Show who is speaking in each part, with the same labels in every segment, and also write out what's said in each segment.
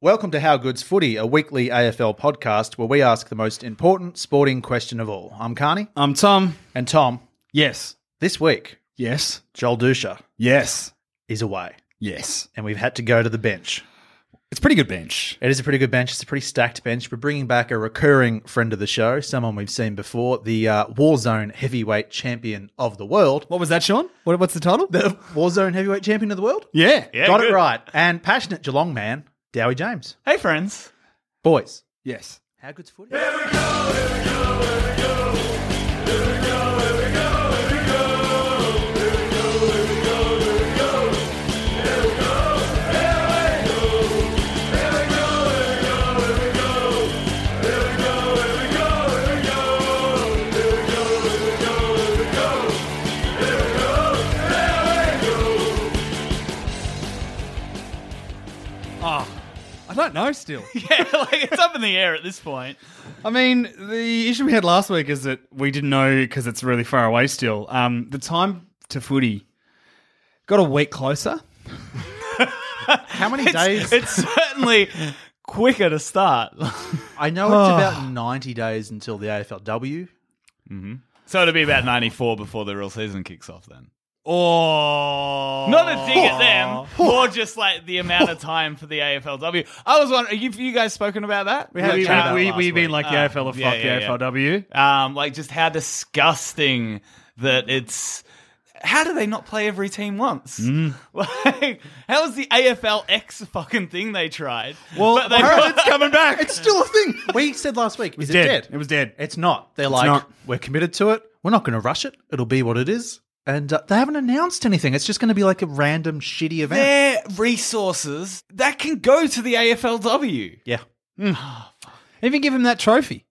Speaker 1: Welcome to How Good's Footy, a weekly AFL podcast where we ask the most important sporting question of all. I'm Carney.
Speaker 2: I'm Tom.
Speaker 1: And Tom,
Speaker 2: Yes.
Speaker 1: this week,
Speaker 2: Yes.
Speaker 1: Joel Dusha
Speaker 2: Yes.
Speaker 1: is away,
Speaker 2: Yes.
Speaker 1: and we've had to go to the bench.
Speaker 2: It's a pretty good bench.
Speaker 1: It is a pretty good bench. It's a pretty stacked bench. We're bringing back a recurring friend of the show, someone we've seen before, the uh, Warzone heavyweight champion of the world.
Speaker 2: What was that, Sean? What, what's the title?
Speaker 1: The Warzone heavyweight champion of the world?
Speaker 2: yeah.
Speaker 3: Yeah,
Speaker 1: Got
Speaker 3: good.
Speaker 1: it right. And passionate Geelong man, Dowie James.
Speaker 3: Hey, friends.
Speaker 1: Boys,
Speaker 2: Yes.
Speaker 1: how good's footy?
Speaker 2: Ah, I don't know still.
Speaker 3: Yeah, like it's up in the air at this point.
Speaker 2: I mean, the issue we had last week is that we didn't know because it's really far away still. Um, the time to footy got a week closer.
Speaker 1: How many days?
Speaker 3: It's, it's certainly quicker to start.
Speaker 1: I know it's about 90 days until the AFLW.
Speaker 3: so it'll be about 94 before the real season kicks off then.
Speaker 2: Oh.
Speaker 3: Not a dig at them, more just like the amount of time for the AFLW. I was wondering, have you guys spoken about that?
Speaker 2: We had
Speaker 3: Have
Speaker 2: a
Speaker 3: you-
Speaker 2: chat.
Speaker 3: uh,
Speaker 2: We,
Speaker 3: last
Speaker 2: we
Speaker 3: week?
Speaker 2: been like the
Speaker 3: Ah,
Speaker 2: AFL of
Speaker 3: yeah,
Speaker 2: fuck
Speaker 3: yeah,
Speaker 2: the
Speaker 3: yeah.
Speaker 2: AFLW.
Speaker 3: um, like just how disgusting that it's. How do they not play every team once? Like, how was the AFLX fucking thing they tried?
Speaker 2: Well,
Speaker 3: but they
Speaker 2: apparently it's coming back.
Speaker 1: It's still a thing. We said last week, is
Speaker 2: dead.
Speaker 1: it dead?
Speaker 2: It was dead.
Speaker 1: It's not. They're like,
Speaker 2: not.
Speaker 1: we're committed to it. We're not going to rush it. It'll be what it is. And uh, they haven't announced anything. It's just going to be like a random shitty event.
Speaker 3: their resources that can go to the AFLW.
Speaker 1: yeah.
Speaker 2: Even give him that trophy.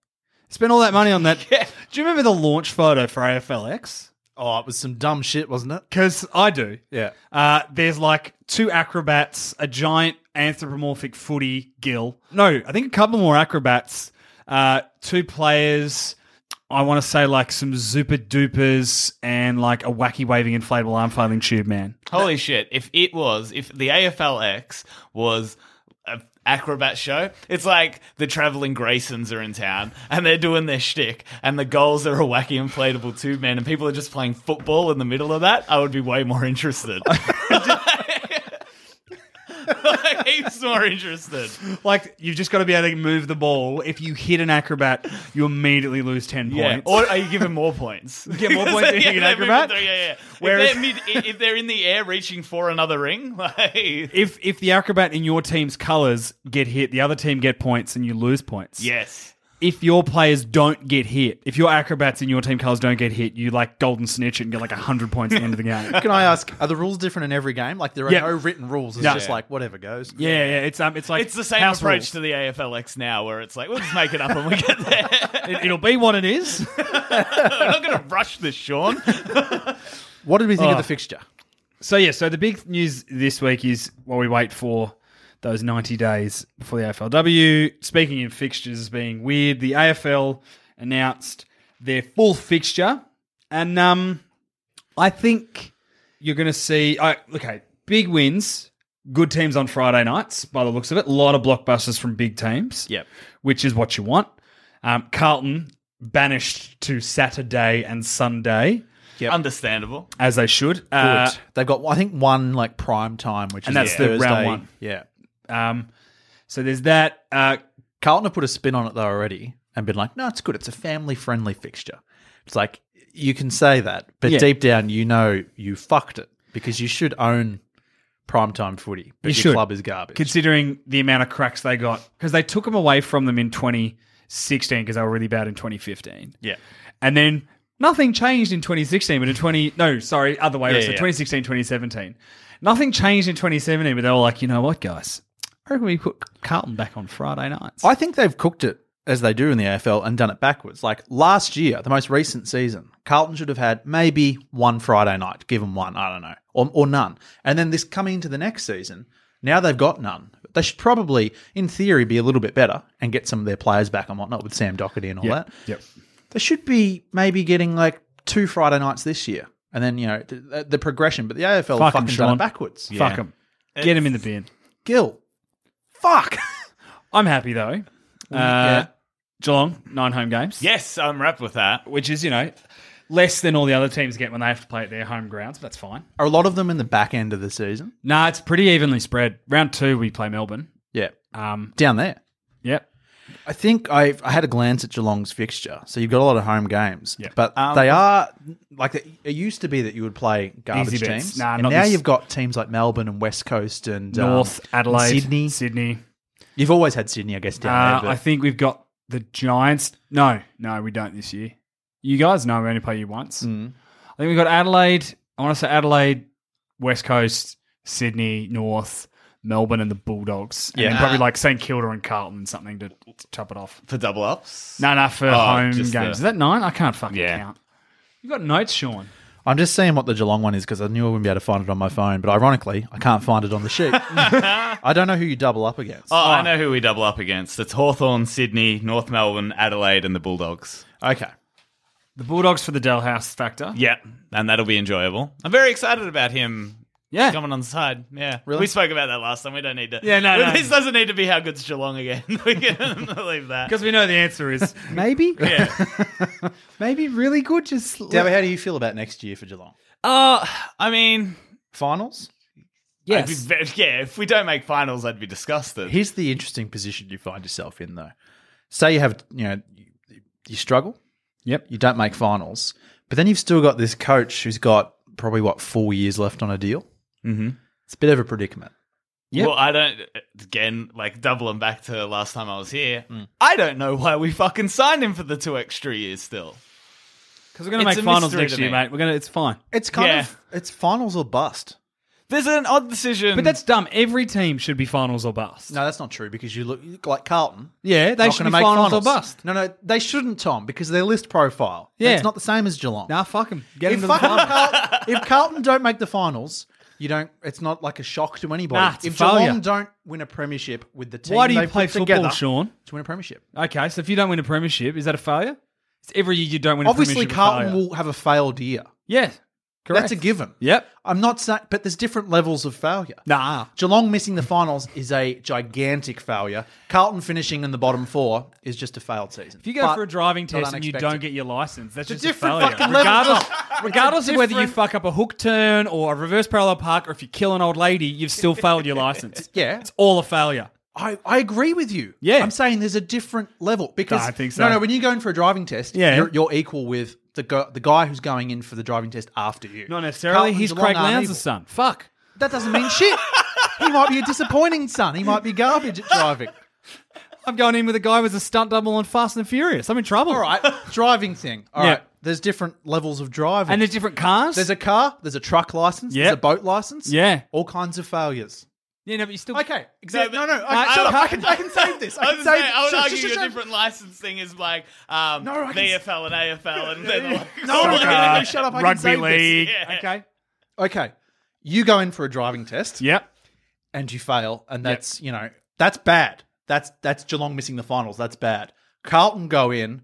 Speaker 2: Spend all that money on that.
Speaker 3: Yeah.
Speaker 2: Do you remember the launch photo for AFLX?
Speaker 1: Oh, it was some dumb shit, wasn't it?
Speaker 2: Because I do.
Speaker 1: Yeah.
Speaker 2: Uh, there's like two acrobats, a giant anthropomorphic footy gill. No, I think a couple more acrobats, uh, two players. I want to say like some super dupers and like a wacky waving inflatable arm flailing tube man.
Speaker 3: Holy shit! If it was, if the AFLX was an acrobat show, it's like the traveling Graysons are in town and they're doing their shtick, and the goals are a wacky inflatable tube man, and people are just playing football in the middle of that. I would be way more interested. like, he's more interested.
Speaker 2: Like you've just got to be able to move the ball. If you hit an acrobat, you immediately lose ten
Speaker 3: Yeah,
Speaker 2: points.
Speaker 3: or are you giving more points?
Speaker 2: get more points than you
Speaker 3: Yeah,
Speaker 2: can
Speaker 3: they're
Speaker 2: acrobat?
Speaker 3: moving through, Yeah, yeah.
Speaker 2: Whereas-
Speaker 3: if, they're mid, if they're in the air reaching for another ring, like
Speaker 2: if if the acrobat in your team's colours get hit, the other team get points and you lose points.
Speaker 3: yes,
Speaker 2: If your players don't get hit, if your acrobats in your team colours don't get hit, you like golden snitch it and get like hundred points at the end of the game.
Speaker 1: Can I ask, are the rules different in every game? Like, there are
Speaker 2: Yeah.
Speaker 1: no written rules. It's
Speaker 2: No.
Speaker 1: just like whatever goes.
Speaker 2: Yeah, yeah, it's um, it's like
Speaker 3: it's the same
Speaker 2: house
Speaker 3: approach
Speaker 2: rules.
Speaker 3: to the AFLX now, where it's like we'll just make it up when we get there.
Speaker 2: It, it'll be what it is.
Speaker 3: We're not going to rush this, Sean.
Speaker 1: What did we think of the fixture?
Speaker 2: so yeah, so the big news this week is while we wait for those ninety days before the AFLW. Speaking in fixtures being weird, the AFL announced their full fixture, and um, I think you're going to see. I okay, big wins, good teams on Friday nights. By the looks of it, a lot of blockbusters from big teams.
Speaker 3: Yep.
Speaker 2: which is what you want. Um, Carlton banished to Saturday and Sunday
Speaker 3: Understandable.
Speaker 2: as they should. Uh,
Speaker 1: Good. They've got, I think, one like prime time, which
Speaker 2: And
Speaker 1: is
Speaker 2: that's the round
Speaker 1: Thursday.
Speaker 2: one.
Speaker 1: Yeah.
Speaker 2: um, so there's that. Uh,
Speaker 1: Carlton have put a spin on it though already and been like, no, it's good. It's a family friendly fixture. It's like you can say that, but
Speaker 2: Yeah.
Speaker 1: deep down you know you fucked it because you should own primetime footy, but
Speaker 2: You
Speaker 1: your
Speaker 2: should.
Speaker 1: club is garbage.
Speaker 2: considering the amount of cracks they got because they took them away from them in 2016 because they were really bad in 2015.
Speaker 1: yeah.
Speaker 2: And then nothing changed in 2016, but in 20 no, sorry, other way.
Speaker 1: Yeah,
Speaker 2: so
Speaker 1: yeah.
Speaker 2: 2016, 2017. Nothing changed in 2017, but they were like, you know what, guys? I reckon we put Carlton back on Friday nights.
Speaker 1: I think they've cooked it as they do in the AFL and done it backwards. Like last year, the most recent season, Carlton should have had maybe one Friday night, give them one, I don't know, or, or none. And then this coming into the next season, now they've got none. They should probably, in theory, be a little bit better and get some of their players back and whatnot with Sam Doherty and all that.
Speaker 2: Yep.
Speaker 1: They should be maybe getting like two Friday nights this year. And then, you know, the, the- the progression. But the AFL
Speaker 2: Fuck 'em,
Speaker 1: fucking done
Speaker 2: Sean.
Speaker 1: it backwards.
Speaker 2: Fuck them. Get them in the bin.
Speaker 1: Gil. Fuck.
Speaker 2: I'm happy though. Uh,
Speaker 1: Yeah.
Speaker 2: Geelong, nine home games.
Speaker 3: Yes, I'm wrapped with that.
Speaker 2: Which is, you know, less than all the other teams get when they have to play at their home grounds, but that's fine.
Speaker 1: Are a lot of them in the back end of the season?
Speaker 2: Nah, it's pretty evenly spread. Round two, we play Melbourne.
Speaker 1: Yeah.
Speaker 2: Um,
Speaker 1: Down there.
Speaker 2: yep.
Speaker 1: I think I I had a glance at Geelong's fixture. So you've got a lot of home games,
Speaker 2: Yeah.
Speaker 1: but
Speaker 3: Um,
Speaker 1: they are like it used to be that you would play garbage
Speaker 2: Easy bets.
Speaker 1: teams.
Speaker 2: Nah,
Speaker 1: and
Speaker 2: not
Speaker 1: now
Speaker 2: this-
Speaker 1: you've got teams like Melbourne and West Coast and um,
Speaker 2: North, Adelaide,
Speaker 1: Sydney.
Speaker 2: Sydney.
Speaker 1: You've always had Sydney, I guess. Down
Speaker 2: Uh,
Speaker 1: there, but
Speaker 2: I think we've got the Giants. No, no, we don't this year. You guys know we only play you once. I think we've got Adelaide. I want to say Adelaide, West Coast, Sydney, North, Melbourne, and the Bulldogs. And then
Speaker 1: Yeah.
Speaker 2: probably like St Kilda and Carlton, and something to chop it off.
Speaker 3: For double ups?
Speaker 2: No, no, for
Speaker 3: Oh,
Speaker 2: home games.
Speaker 3: just the-
Speaker 2: Is that nine? I can't fucking
Speaker 3: Yeah.
Speaker 2: count. You got notes, Sean.
Speaker 1: I'm just seeing what the Geelong one is because I knew I wouldn't be able to find it on my phone. But ironically, I can't find it on the sheet. I don't know who you double up against.
Speaker 3: Oh, I know who we double up against. It's Hawthorn, Sydney, North Melbourne, Adelaide, and the Bulldogs.
Speaker 1: Okay,
Speaker 2: The Bulldogs for the Dell House factor.
Speaker 3: Yeah, and that'll be enjoyable. I'm very excited about him
Speaker 2: Yeah.
Speaker 3: coming on the side. Yeah,
Speaker 1: Really?
Speaker 3: we spoke about that last time. We don't need to.
Speaker 2: Yeah, no, no.
Speaker 3: This doesn't need to be how good's Geelong again. we can leave that.
Speaker 2: Because we know the answer is maybe,
Speaker 3: Yeah.
Speaker 2: maybe really good. Just
Speaker 1: Dabba, how do you feel about next year for Geelong
Speaker 3: Uh, I mean,
Speaker 1: finals?
Speaker 3: I'd be very- yeah. If we don't make finals, I'd be disgusted.
Speaker 1: Here's the interesting position you find yourself in, though. Say you have, you know, you- you struggle.
Speaker 2: Yep.
Speaker 1: you don't make finals, but then you've still got this coach who's got probably what four years left on a deal.
Speaker 3: mm-hmm.
Speaker 1: It's a bit of a predicament.
Speaker 2: Yep.
Speaker 3: Well, I don't. Again, like doubling back to last time I was here,
Speaker 1: Mm.
Speaker 3: I don't know why we fucking signed him for the two extra years. Still,
Speaker 2: Because we're going to
Speaker 3: It's
Speaker 2: make
Speaker 3: a
Speaker 2: finals
Speaker 3: mystery
Speaker 2: next
Speaker 3: to
Speaker 2: year,
Speaker 3: me.
Speaker 2: mate. We're going to. It's fine.
Speaker 1: It's kind
Speaker 3: Yeah.
Speaker 1: of it's finals or bust.
Speaker 3: there's an odd decision.
Speaker 2: But that's dumb. Every team should be finals or bust.
Speaker 1: No, that's not true because you look, you look like Carlton.
Speaker 2: Yeah, they
Speaker 1: Not
Speaker 2: should
Speaker 1: gonna
Speaker 2: be finals, or bust.
Speaker 1: No, no, they shouldn't, Tom, because their list profile.
Speaker 2: Yeah.
Speaker 1: it's not the same as Geelong.
Speaker 2: Nah, fuck them. Get
Speaker 1: if,
Speaker 2: them to the
Speaker 1: fucking
Speaker 2: finals.
Speaker 1: Carl- if Carlton don't make the finals, you don't. It's not like a shock to anybody.
Speaker 2: Nah, it's a
Speaker 1: if Geelong
Speaker 2: failure.
Speaker 1: don't win a premiership with the team,
Speaker 2: Why do you
Speaker 1: they
Speaker 2: play
Speaker 1: put
Speaker 2: football,
Speaker 1: together
Speaker 2: Sean?
Speaker 1: To win a premiership.
Speaker 2: Okay, so if you don't win a premiership, is that a failure? It's every year you don't win. a
Speaker 1: Obviously,
Speaker 2: premiership, a
Speaker 1: Carlton
Speaker 2: failure.
Speaker 1: will have a failed year.
Speaker 2: Yeah, correct.
Speaker 1: That's a given.
Speaker 2: Yep.
Speaker 1: I'm not saying, but there's different levels of failure.
Speaker 2: Nah.
Speaker 1: Geelong missing the finals is a gigantic failure. Carlton finishing in the bottom four is just a failed season.
Speaker 2: If you go for a driving test and you don't get your license, that's just
Speaker 1: different
Speaker 2: a failure.
Speaker 1: fucking level,
Speaker 2: regardless,
Speaker 1: Tom. It's a
Speaker 2: regardless of whether you
Speaker 1: different-
Speaker 2: fuck up a hook turn or a reverse parallel park, or if you kill an old lady, you've still failed your license.
Speaker 1: Yeah.
Speaker 2: it's all a failure.
Speaker 1: I, I agree with you.
Speaker 2: Yeah.
Speaker 1: I'm saying there's a different level because
Speaker 2: I think so.
Speaker 1: no, no. When you're going for a driving test,
Speaker 2: Yeah.
Speaker 1: you're, you're equal with the go, the guy who's going in for the driving test after you.
Speaker 2: Not necessarily.
Speaker 1: Carlton,
Speaker 2: He's
Speaker 1: Geelong
Speaker 2: Craig
Speaker 1: aren't
Speaker 2: Lowndes'
Speaker 1: equal.
Speaker 2: son. Fuck.
Speaker 1: That doesn't mean shit. he might be a disappointing son. He might be garbage at driving.
Speaker 2: I'm going in with a guy who was a stunt double on Fast and the Furious. I'm in trouble.
Speaker 1: All right, driving thing. All right.
Speaker 2: Yeah.
Speaker 1: There's different levels of driving.
Speaker 2: And there's different cars.
Speaker 1: There's a car, there's a truck license,
Speaker 2: Yeah.
Speaker 1: there's a boat license.
Speaker 2: Yeah.
Speaker 1: All kinds of failures.
Speaker 2: yeah, no, but you still
Speaker 1: Okay, exactly.
Speaker 3: but-
Speaker 1: No, no, I,
Speaker 2: Uh,
Speaker 1: shut up.
Speaker 2: Car-
Speaker 1: I can, I can save this. I
Speaker 3: I,
Speaker 1: can
Speaker 3: was
Speaker 1: save
Speaker 3: gonna say,
Speaker 1: this.
Speaker 3: I would
Speaker 1: Shut- shut-
Speaker 3: argue
Speaker 1: shut-
Speaker 3: your
Speaker 1: shut-
Speaker 3: different license thing is like um,
Speaker 1: No, I can-
Speaker 3: VFL and AFL, and then like,
Speaker 1: No,
Speaker 3: someone-
Speaker 1: no, no, no, shut up. I can
Speaker 2: rugby
Speaker 1: save this.
Speaker 2: league.
Speaker 3: Yeah.
Speaker 2: Okay.
Speaker 1: Okay, you go in for a driving test
Speaker 2: Yep.
Speaker 1: and you fail, and that's, you know, that's bad. That's That's Geelong missing the finals. That's bad. Carlton go in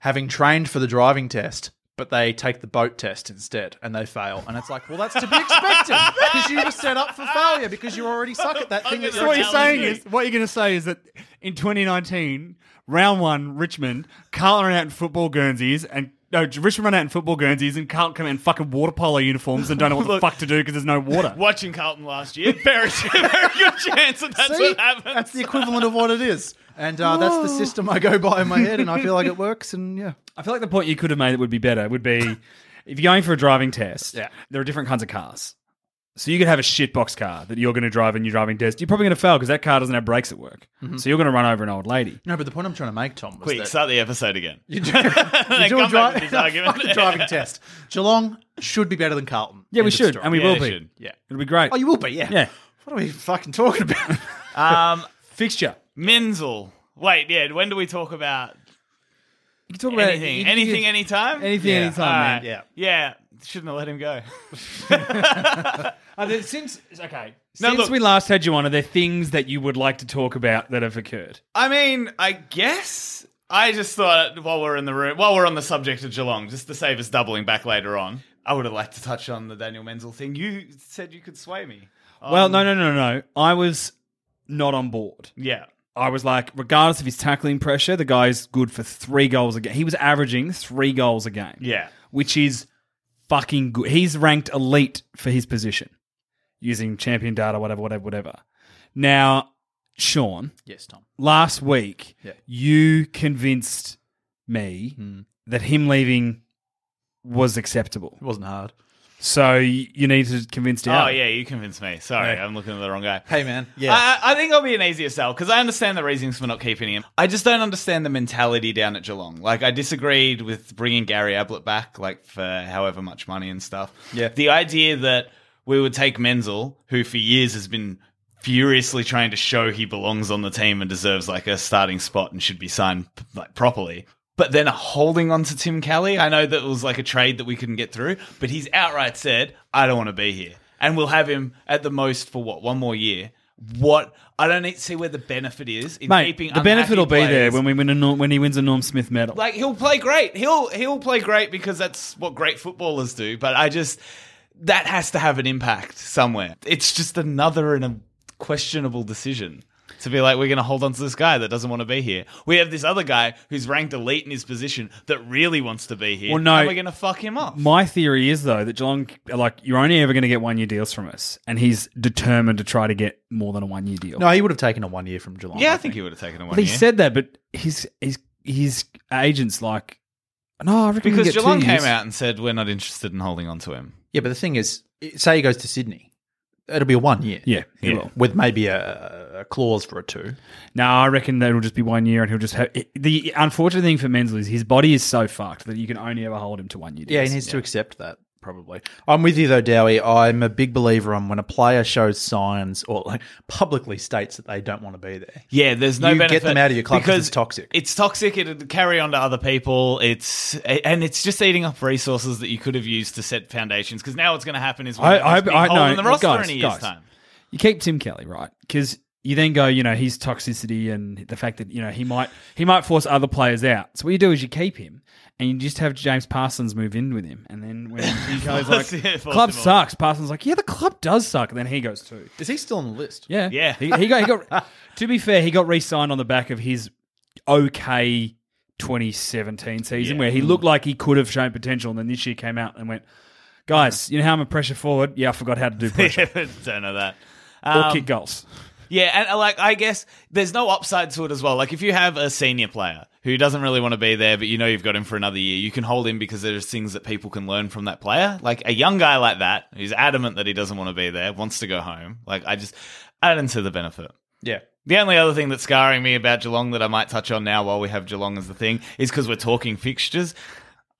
Speaker 1: having trained for the driving test. But they take the boat test instead and they fail. And it's like, well, that's to be expected because you were set up for failure because you already suck at that
Speaker 3: Fucking
Speaker 1: thing. that
Speaker 2: So what you're
Speaker 3: Challenge
Speaker 2: saying
Speaker 3: me.
Speaker 2: is, what you're going to say is that in 2019, round one, Richmond, Carlton ran out in football guernseys and. No, Richmond ran out in football guernseys and Carlton come out in fucking water polo uniforms and don't know what the fuck to do because there's no water.
Speaker 3: Watching Carlton last year, very, very good chance that that's
Speaker 1: See?
Speaker 3: what happens.
Speaker 1: Oh. That's the equivalent of what it is. And uh, that's the system I go by in my head, and I feel like it works. And yeah,
Speaker 2: I feel like the point you could have made that would be better would be if you're going for a driving test,
Speaker 1: Yeah.
Speaker 2: there are different kinds of cars. So you could have a shitbox car that you're going to drive in your driving test. You're probably going to fail because that car doesn't have brakes at work.
Speaker 1: Mm-hmm.
Speaker 2: So you're going to run over an old lady.
Speaker 1: No, but the point I'm trying to make, Tom, was
Speaker 3: Quick,
Speaker 1: that
Speaker 3: start the episode again.
Speaker 1: you do, you do a,
Speaker 3: come back to
Speaker 1: dri-
Speaker 3: this argument.
Speaker 1: fucking driving test. Geelong should be better than Carlton.
Speaker 2: Yeah,
Speaker 1: End
Speaker 2: we
Speaker 1: of
Speaker 2: should,
Speaker 1: story.
Speaker 2: and we
Speaker 3: Yeah,
Speaker 2: will
Speaker 3: they
Speaker 2: be.
Speaker 3: should.
Speaker 1: yeah.
Speaker 2: It'll be great.
Speaker 1: Oh, you will be, yeah.
Speaker 2: Yeah.
Speaker 1: What are we fucking talking about?
Speaker 3: Um,
Speaker 2: Fixture.
Speaker 3: Menzel. Wait, yeah. When do we talk about
Speaker 2: You can talk about
Speaker 3: anything?
Speaker 2: you can-
Speaker 3: anything,
Speaker 2: you can-
Speaker 3: anytime.
Speaker 2: anything,
Speaker 1: Yeah.
Speaker 2: anytime,
Speaker 3: All right.
Speaker 2: man.
Speaker 1: man.
Speaker 3: Yeah. Shouldn't have let him go.
Speaker 2: Are there, since okay,
Speaker 3: No,
Speaker 2: since
Speaker 3: look-
Speaker 2: we last had you on, are there things that you would like to talk about that have occurred?
Speaker 3: I mean, I guess I just thought while we're in the room, while we're on the subject of Geelong, just to save us doubling back later on, I would have liked to touch on the Daniel Menzel thing. You said you could sway me. on-
Speaker 2: well, no, no, no, no. I was not on board.
Speaker 3: Yeah.
Speaker 2: I was like, regardless of his tackling pressure, the guy's good for three goals a game. He was averaging three goals a game.
Speaker 3: Yeah.
Speaker 2: Which is fucking good. He's ranked elite for his position using champion data, whatever, whatever, whatever. Now, Sean,
Speaker 1: yes, Tom.
Speaker 2: last week,
Speaker 1: Yeah.
Speaker 2: you convinced me
Speaker 3: Hmm.
Speaker 2: that him leaving was acceptable.
Speaker 1: It wasn't hard.
Speaker 2: So y- you need to convince Dowd.
Speaker 3: Oh, yeah, you convinced me. Sorry, I'm looking at the wrong guy.
Speaker 1: Hey, man. Yeah.
Speaker 3: I, I think I'll be an easier sell because I understand the reasons for not keeping him. I just don't understand the mentality down at Geelong. Like, I disagreed with bringing Gary Ablett back, like, for however much money and stuff.
Speaker 1: Yeah.
Speaker 3: The idea that we would take Menzel, who for years has been furiously trying to show he belongs on the team and deserves, like, a starting spot and should be signed, like, properly. But then holding on to Tim Kelly, I know that was like a trade that we couldn't get through, but he's outright said, I don't want to be here. And we'll have him at the most for what, one more year? What I don't need to see where the benefit is in
Speaker 2: Mate,
Speaker 3: keeping
Speaker 2: the benefit will be
Speaker 3: unhappy
Speaker 2: there
Speaker 3: players.
Speaker 2: when we win a Norm, when he wins a Norm Smith medal.
Speaker 3: like he'll play great. He'll he'll play great because that's what great footballers do. But I just that has to have an impact somewhere. It's just another and a questionable decision to be like we're going to hold on to this guy that doesn't want to be here. We have this other guy who's ranked elite in his position that really wants to be here.
Speaker 2: Well, no.
Speaker 3: and we're going to fuck him up.
Speaker 2: My theory is though that Geelong, like you're only ever going to get one year deals from us, and he's determined to try to get more than a one year deal.
Speaker 1: no, he would have taken a one year from Geelong.
Speaker 3: yeah, I think he would have taken him one
Speaker 2: Well, he
Speaker 3: year.
Speaker 2: said that, but his his his agents like, no, I reckon we can
Speaker 3: because
Speaker 2: get two
Speaker 3: Geelong came
Speaker 2: years."
Speaker 3: out and said we're not interested in holding on to him.
Speaker 1: Yeah, but the thing is, it- say he goes to Sydney, it'll be a one year.
Speaker 2: Yeah, he
Speaker 3: Yeah.
Speaker 2: will.
Speaker 1: With maybe a, a clause for a two.
Speaker 2: No, I reckon that it'll just be one year, and he'll just have the unfortunate thing for Menzel is his body is so fucked that you can only ever hold him to one year.
Speaker 1: Yeah, he
Speaker 2: deals.
Speaker 1: needs to accept that. Probably. I'm with you though, Dowie. I'm a big believer on when a player shows signs or like publicly states that they don't want to be there.
Speaker 3: Yeah, there's no
Speaker 1: You get
Speaker 3: benefit
Speaker 1: them out of your club 'cause it's toxic.
Speaker 3: It's toxic. It'd carry on to other people. It's and it's just eating up resources that you could have used to set foundations. Because now what's going to happen is we're
Speaker 2: I-
Speaker 3: going to
Speaker 2: I-
Speaker 3: just be
Speaker 2: I
Speaker 3: holding
Speaker 2: know.
Speaker 3: the roster
Speaker 2: Guys,
Speaker 3: in a year's
Speaker 2: guys.
Speaker 3: time.
Speaker 2: You keep Tim Kelly, right? Because you then go, you know, his toxicity and the fact that you know he might he might force other players out. So what you do is you keep him, and you just have James Parsons move in with him, and then when he goes like,
Speaker 3: Force- yeah, force
Speaker 2: club
Speaker 3: him on.
Speaker 2: sucks, Parsons like, yeah, the club does suck, and then he goes too.
Speaker 1: Is he still on the list?
Speaker 2: Yeah,
Speaker 3: Yeah.
Speaker 2: He, he got he got. to be fair, he got re-signed on the back of his okay 2017 season,
Speaker 3: Yeah.
Speaker 2: where he looked like he could have shown potential, and then this year came out and went,
Speaker 3: Uh-huh.
Speaker 2: guys, you know how I'm a pressure forward? Yeah, I forgot how to do pressure
Speaker 3: Don't know that.
Speaker 2: or
Speaker 3: Um,
Speaker 2: kick goals.
Speaker 3: Yeah, and uh, like I guess there's no upside to it as well. Like if you have a senior player who doesn't really want to be there, but you know you've got him for another year, you can hold him because there's things that people can learn from that player. Like a young guy like that who's adamant that he doesn't want to be there, wants to go home. Like I just I don't see the benefit.
Speaker 1: Yeah.
Speaker 3: The only other thing that's scarring me about Geelong that I might touch on now while we have Geelong as the thing is because we're talking fixtures.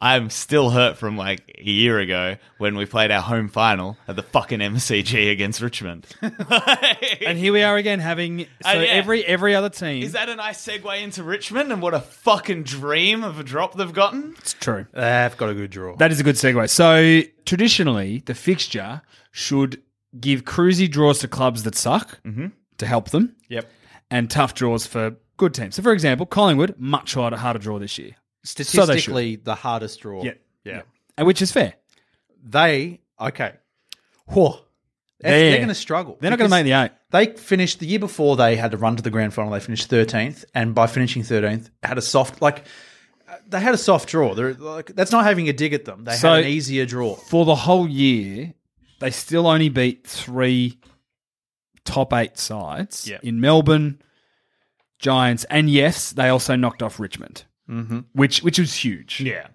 Speaker 3: I'm still hurt from like a year ago when we played our home final at the fucking MCG against Richmond.
Speaker 2: And here we are again having so
Speaker 3: Uh, yeah.
Speaker 2: every every other team.
Speaker 3: Is that a nice segue into Richmond and what a fucking dream of a drop they've gotten?
Speaker 2: It's true.
Speaker 1: They've got a good draw.
Speaker 2: That is a good segue. So traditionally, the fixture should give cruisy draws to clubs that suck
Speaker 3: Mm-hmm.
Speaker 2: to help them,
Speaker 1: yep.
Speaker 2: and tough draws for good teams. So, for example, Collingwood much harder harder draw this year,
Speaker 1: Statistically, the hardest draw.
Speaker 2: Yeah.
Speaker 1: Yeah.
Speaker 2: and which is fair.
Speaker 1: They, okay. Whoa. That's-
Speaker 2: They're-
Speaker 1: They're going to struggle.
Speaker 2: They're not going to make the eight.
Speaker 1: They finished the year before they had to run to the grand final. They finished thirteenth, and by finishing thirteenth, had a soft like uh, they had a soft draw. They're like that's not having a dig at them. They
Speaker 2: So-
Speaker 1: had an easier draw.
Speaker 2: For the whole year, they still only beat three top eight sides
Speaker 1: Yeah.
Speaker 2: in Melbourne, Giants, and yes, they also knocked off Richmond. which which was huge.
Speaker 3: Yeah.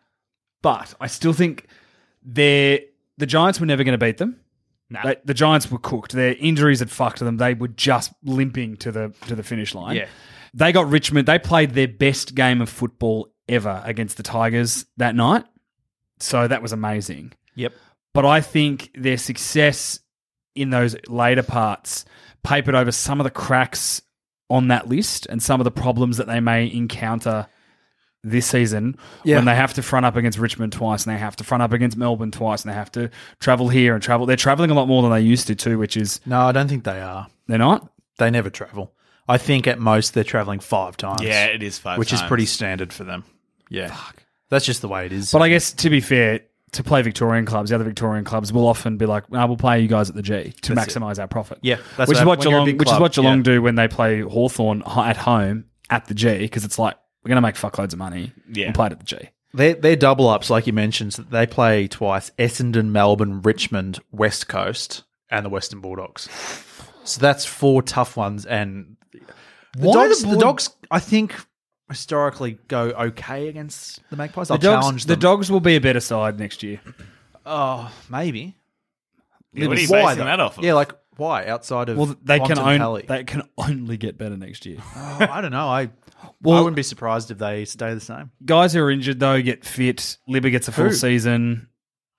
Speaker 2: But I still think they the Giants were never going to beat them.
Speaker 3: Nah.
Speaker 2: They- the Giants were cooked. Their injuries had fucked them. They were just limping to the to the finish line.
Speaker 3: Yeah.
Speaker 2: They got Richmond. They played their best game of football ever against the Tigers that night. So that was amazing.
Speaker 1: Yep.
Speaker 2: But I think their success in those later parts papered over some of the cracks on that list and some of the problems that they may encounter this season
Speaker 1: Yeah.
Speaker 2: when they have to front up against Richmond twice and they have to front up against Melbourne twice and they have to travel here and travel. They're traveling a lot more than they used to, too, which is
Speaker 1: No, I don't think they are.
Speaker 2: they're not.
Speaker 1: They never travel. I think at most they're traveling five times.
Speaker 3: Yeah, it is five
Speaker 1: which is
Speaker 3: times.
Speaker 1: pretty standard for them. Yeah, that's just the way it is.
Speaker 2: But I guess to be fair, to play Victorian clubs, the other Victorian clubs will often be like, "Nah, we'll play you guys at the G to maximise our profit."
Speaker 1: Yeah, that's
Speaker 2: which is
Speaker 1: what-
Speaker 2: what
Speaker 1: when you're a
Speaker 2: Geelong,
Speaker 1: big
Speaker 2: which is
Speaker 1: club,
Speaker 2: what Geelong
Speaker 1: yeah.
Speaker 2: do when they play Hawthorn at home at the G because it's like we're going to make fuckloads of money.
Speaker 3: Yeah.
Speaker 2: and play it at the G.
Speaker 1: Their, their double ups, like you mentioned, so they play twice Essendon, Melbourne, Richmond, West Coast, and the Western Bulldogs. So that's four tough ones. And the,
Speaker 2: Why
Speaker 1: dogs,
Speaker 2: the
Speaker 1: the,
Speaker 2: Bull-
Speaker 1: dogs, I think, historically go okay against the Magpies. I'll
Speaker 2: The dogs,
Speaker 1: challenge
Speaker 2: the
Speaker 1: them.
Speaker 2: dogs will be a better side next year.
Speaker 1: Oh, maybe.
Speaker 3: Yeah, what are you
Speaker 1: Why,
Speaker 3: basing
Speaker 1: though?
Speaker 3: that off of?
Speaker 1: Yeah, like, why? Outside of.
Speaker 2: Well, they can
Speaker 1: Quantum
Speaker 2: only
Speaker 1: Alley?
Speaker 2: they can only get better next year.
Speaker 1: Oh, I don't know. I, I wouldn't be surprised if they stay the same.
Speaker 2: Guys who are injured though get fit. Libba gets a full
Speaker 1: Who?
Speaker 2: season.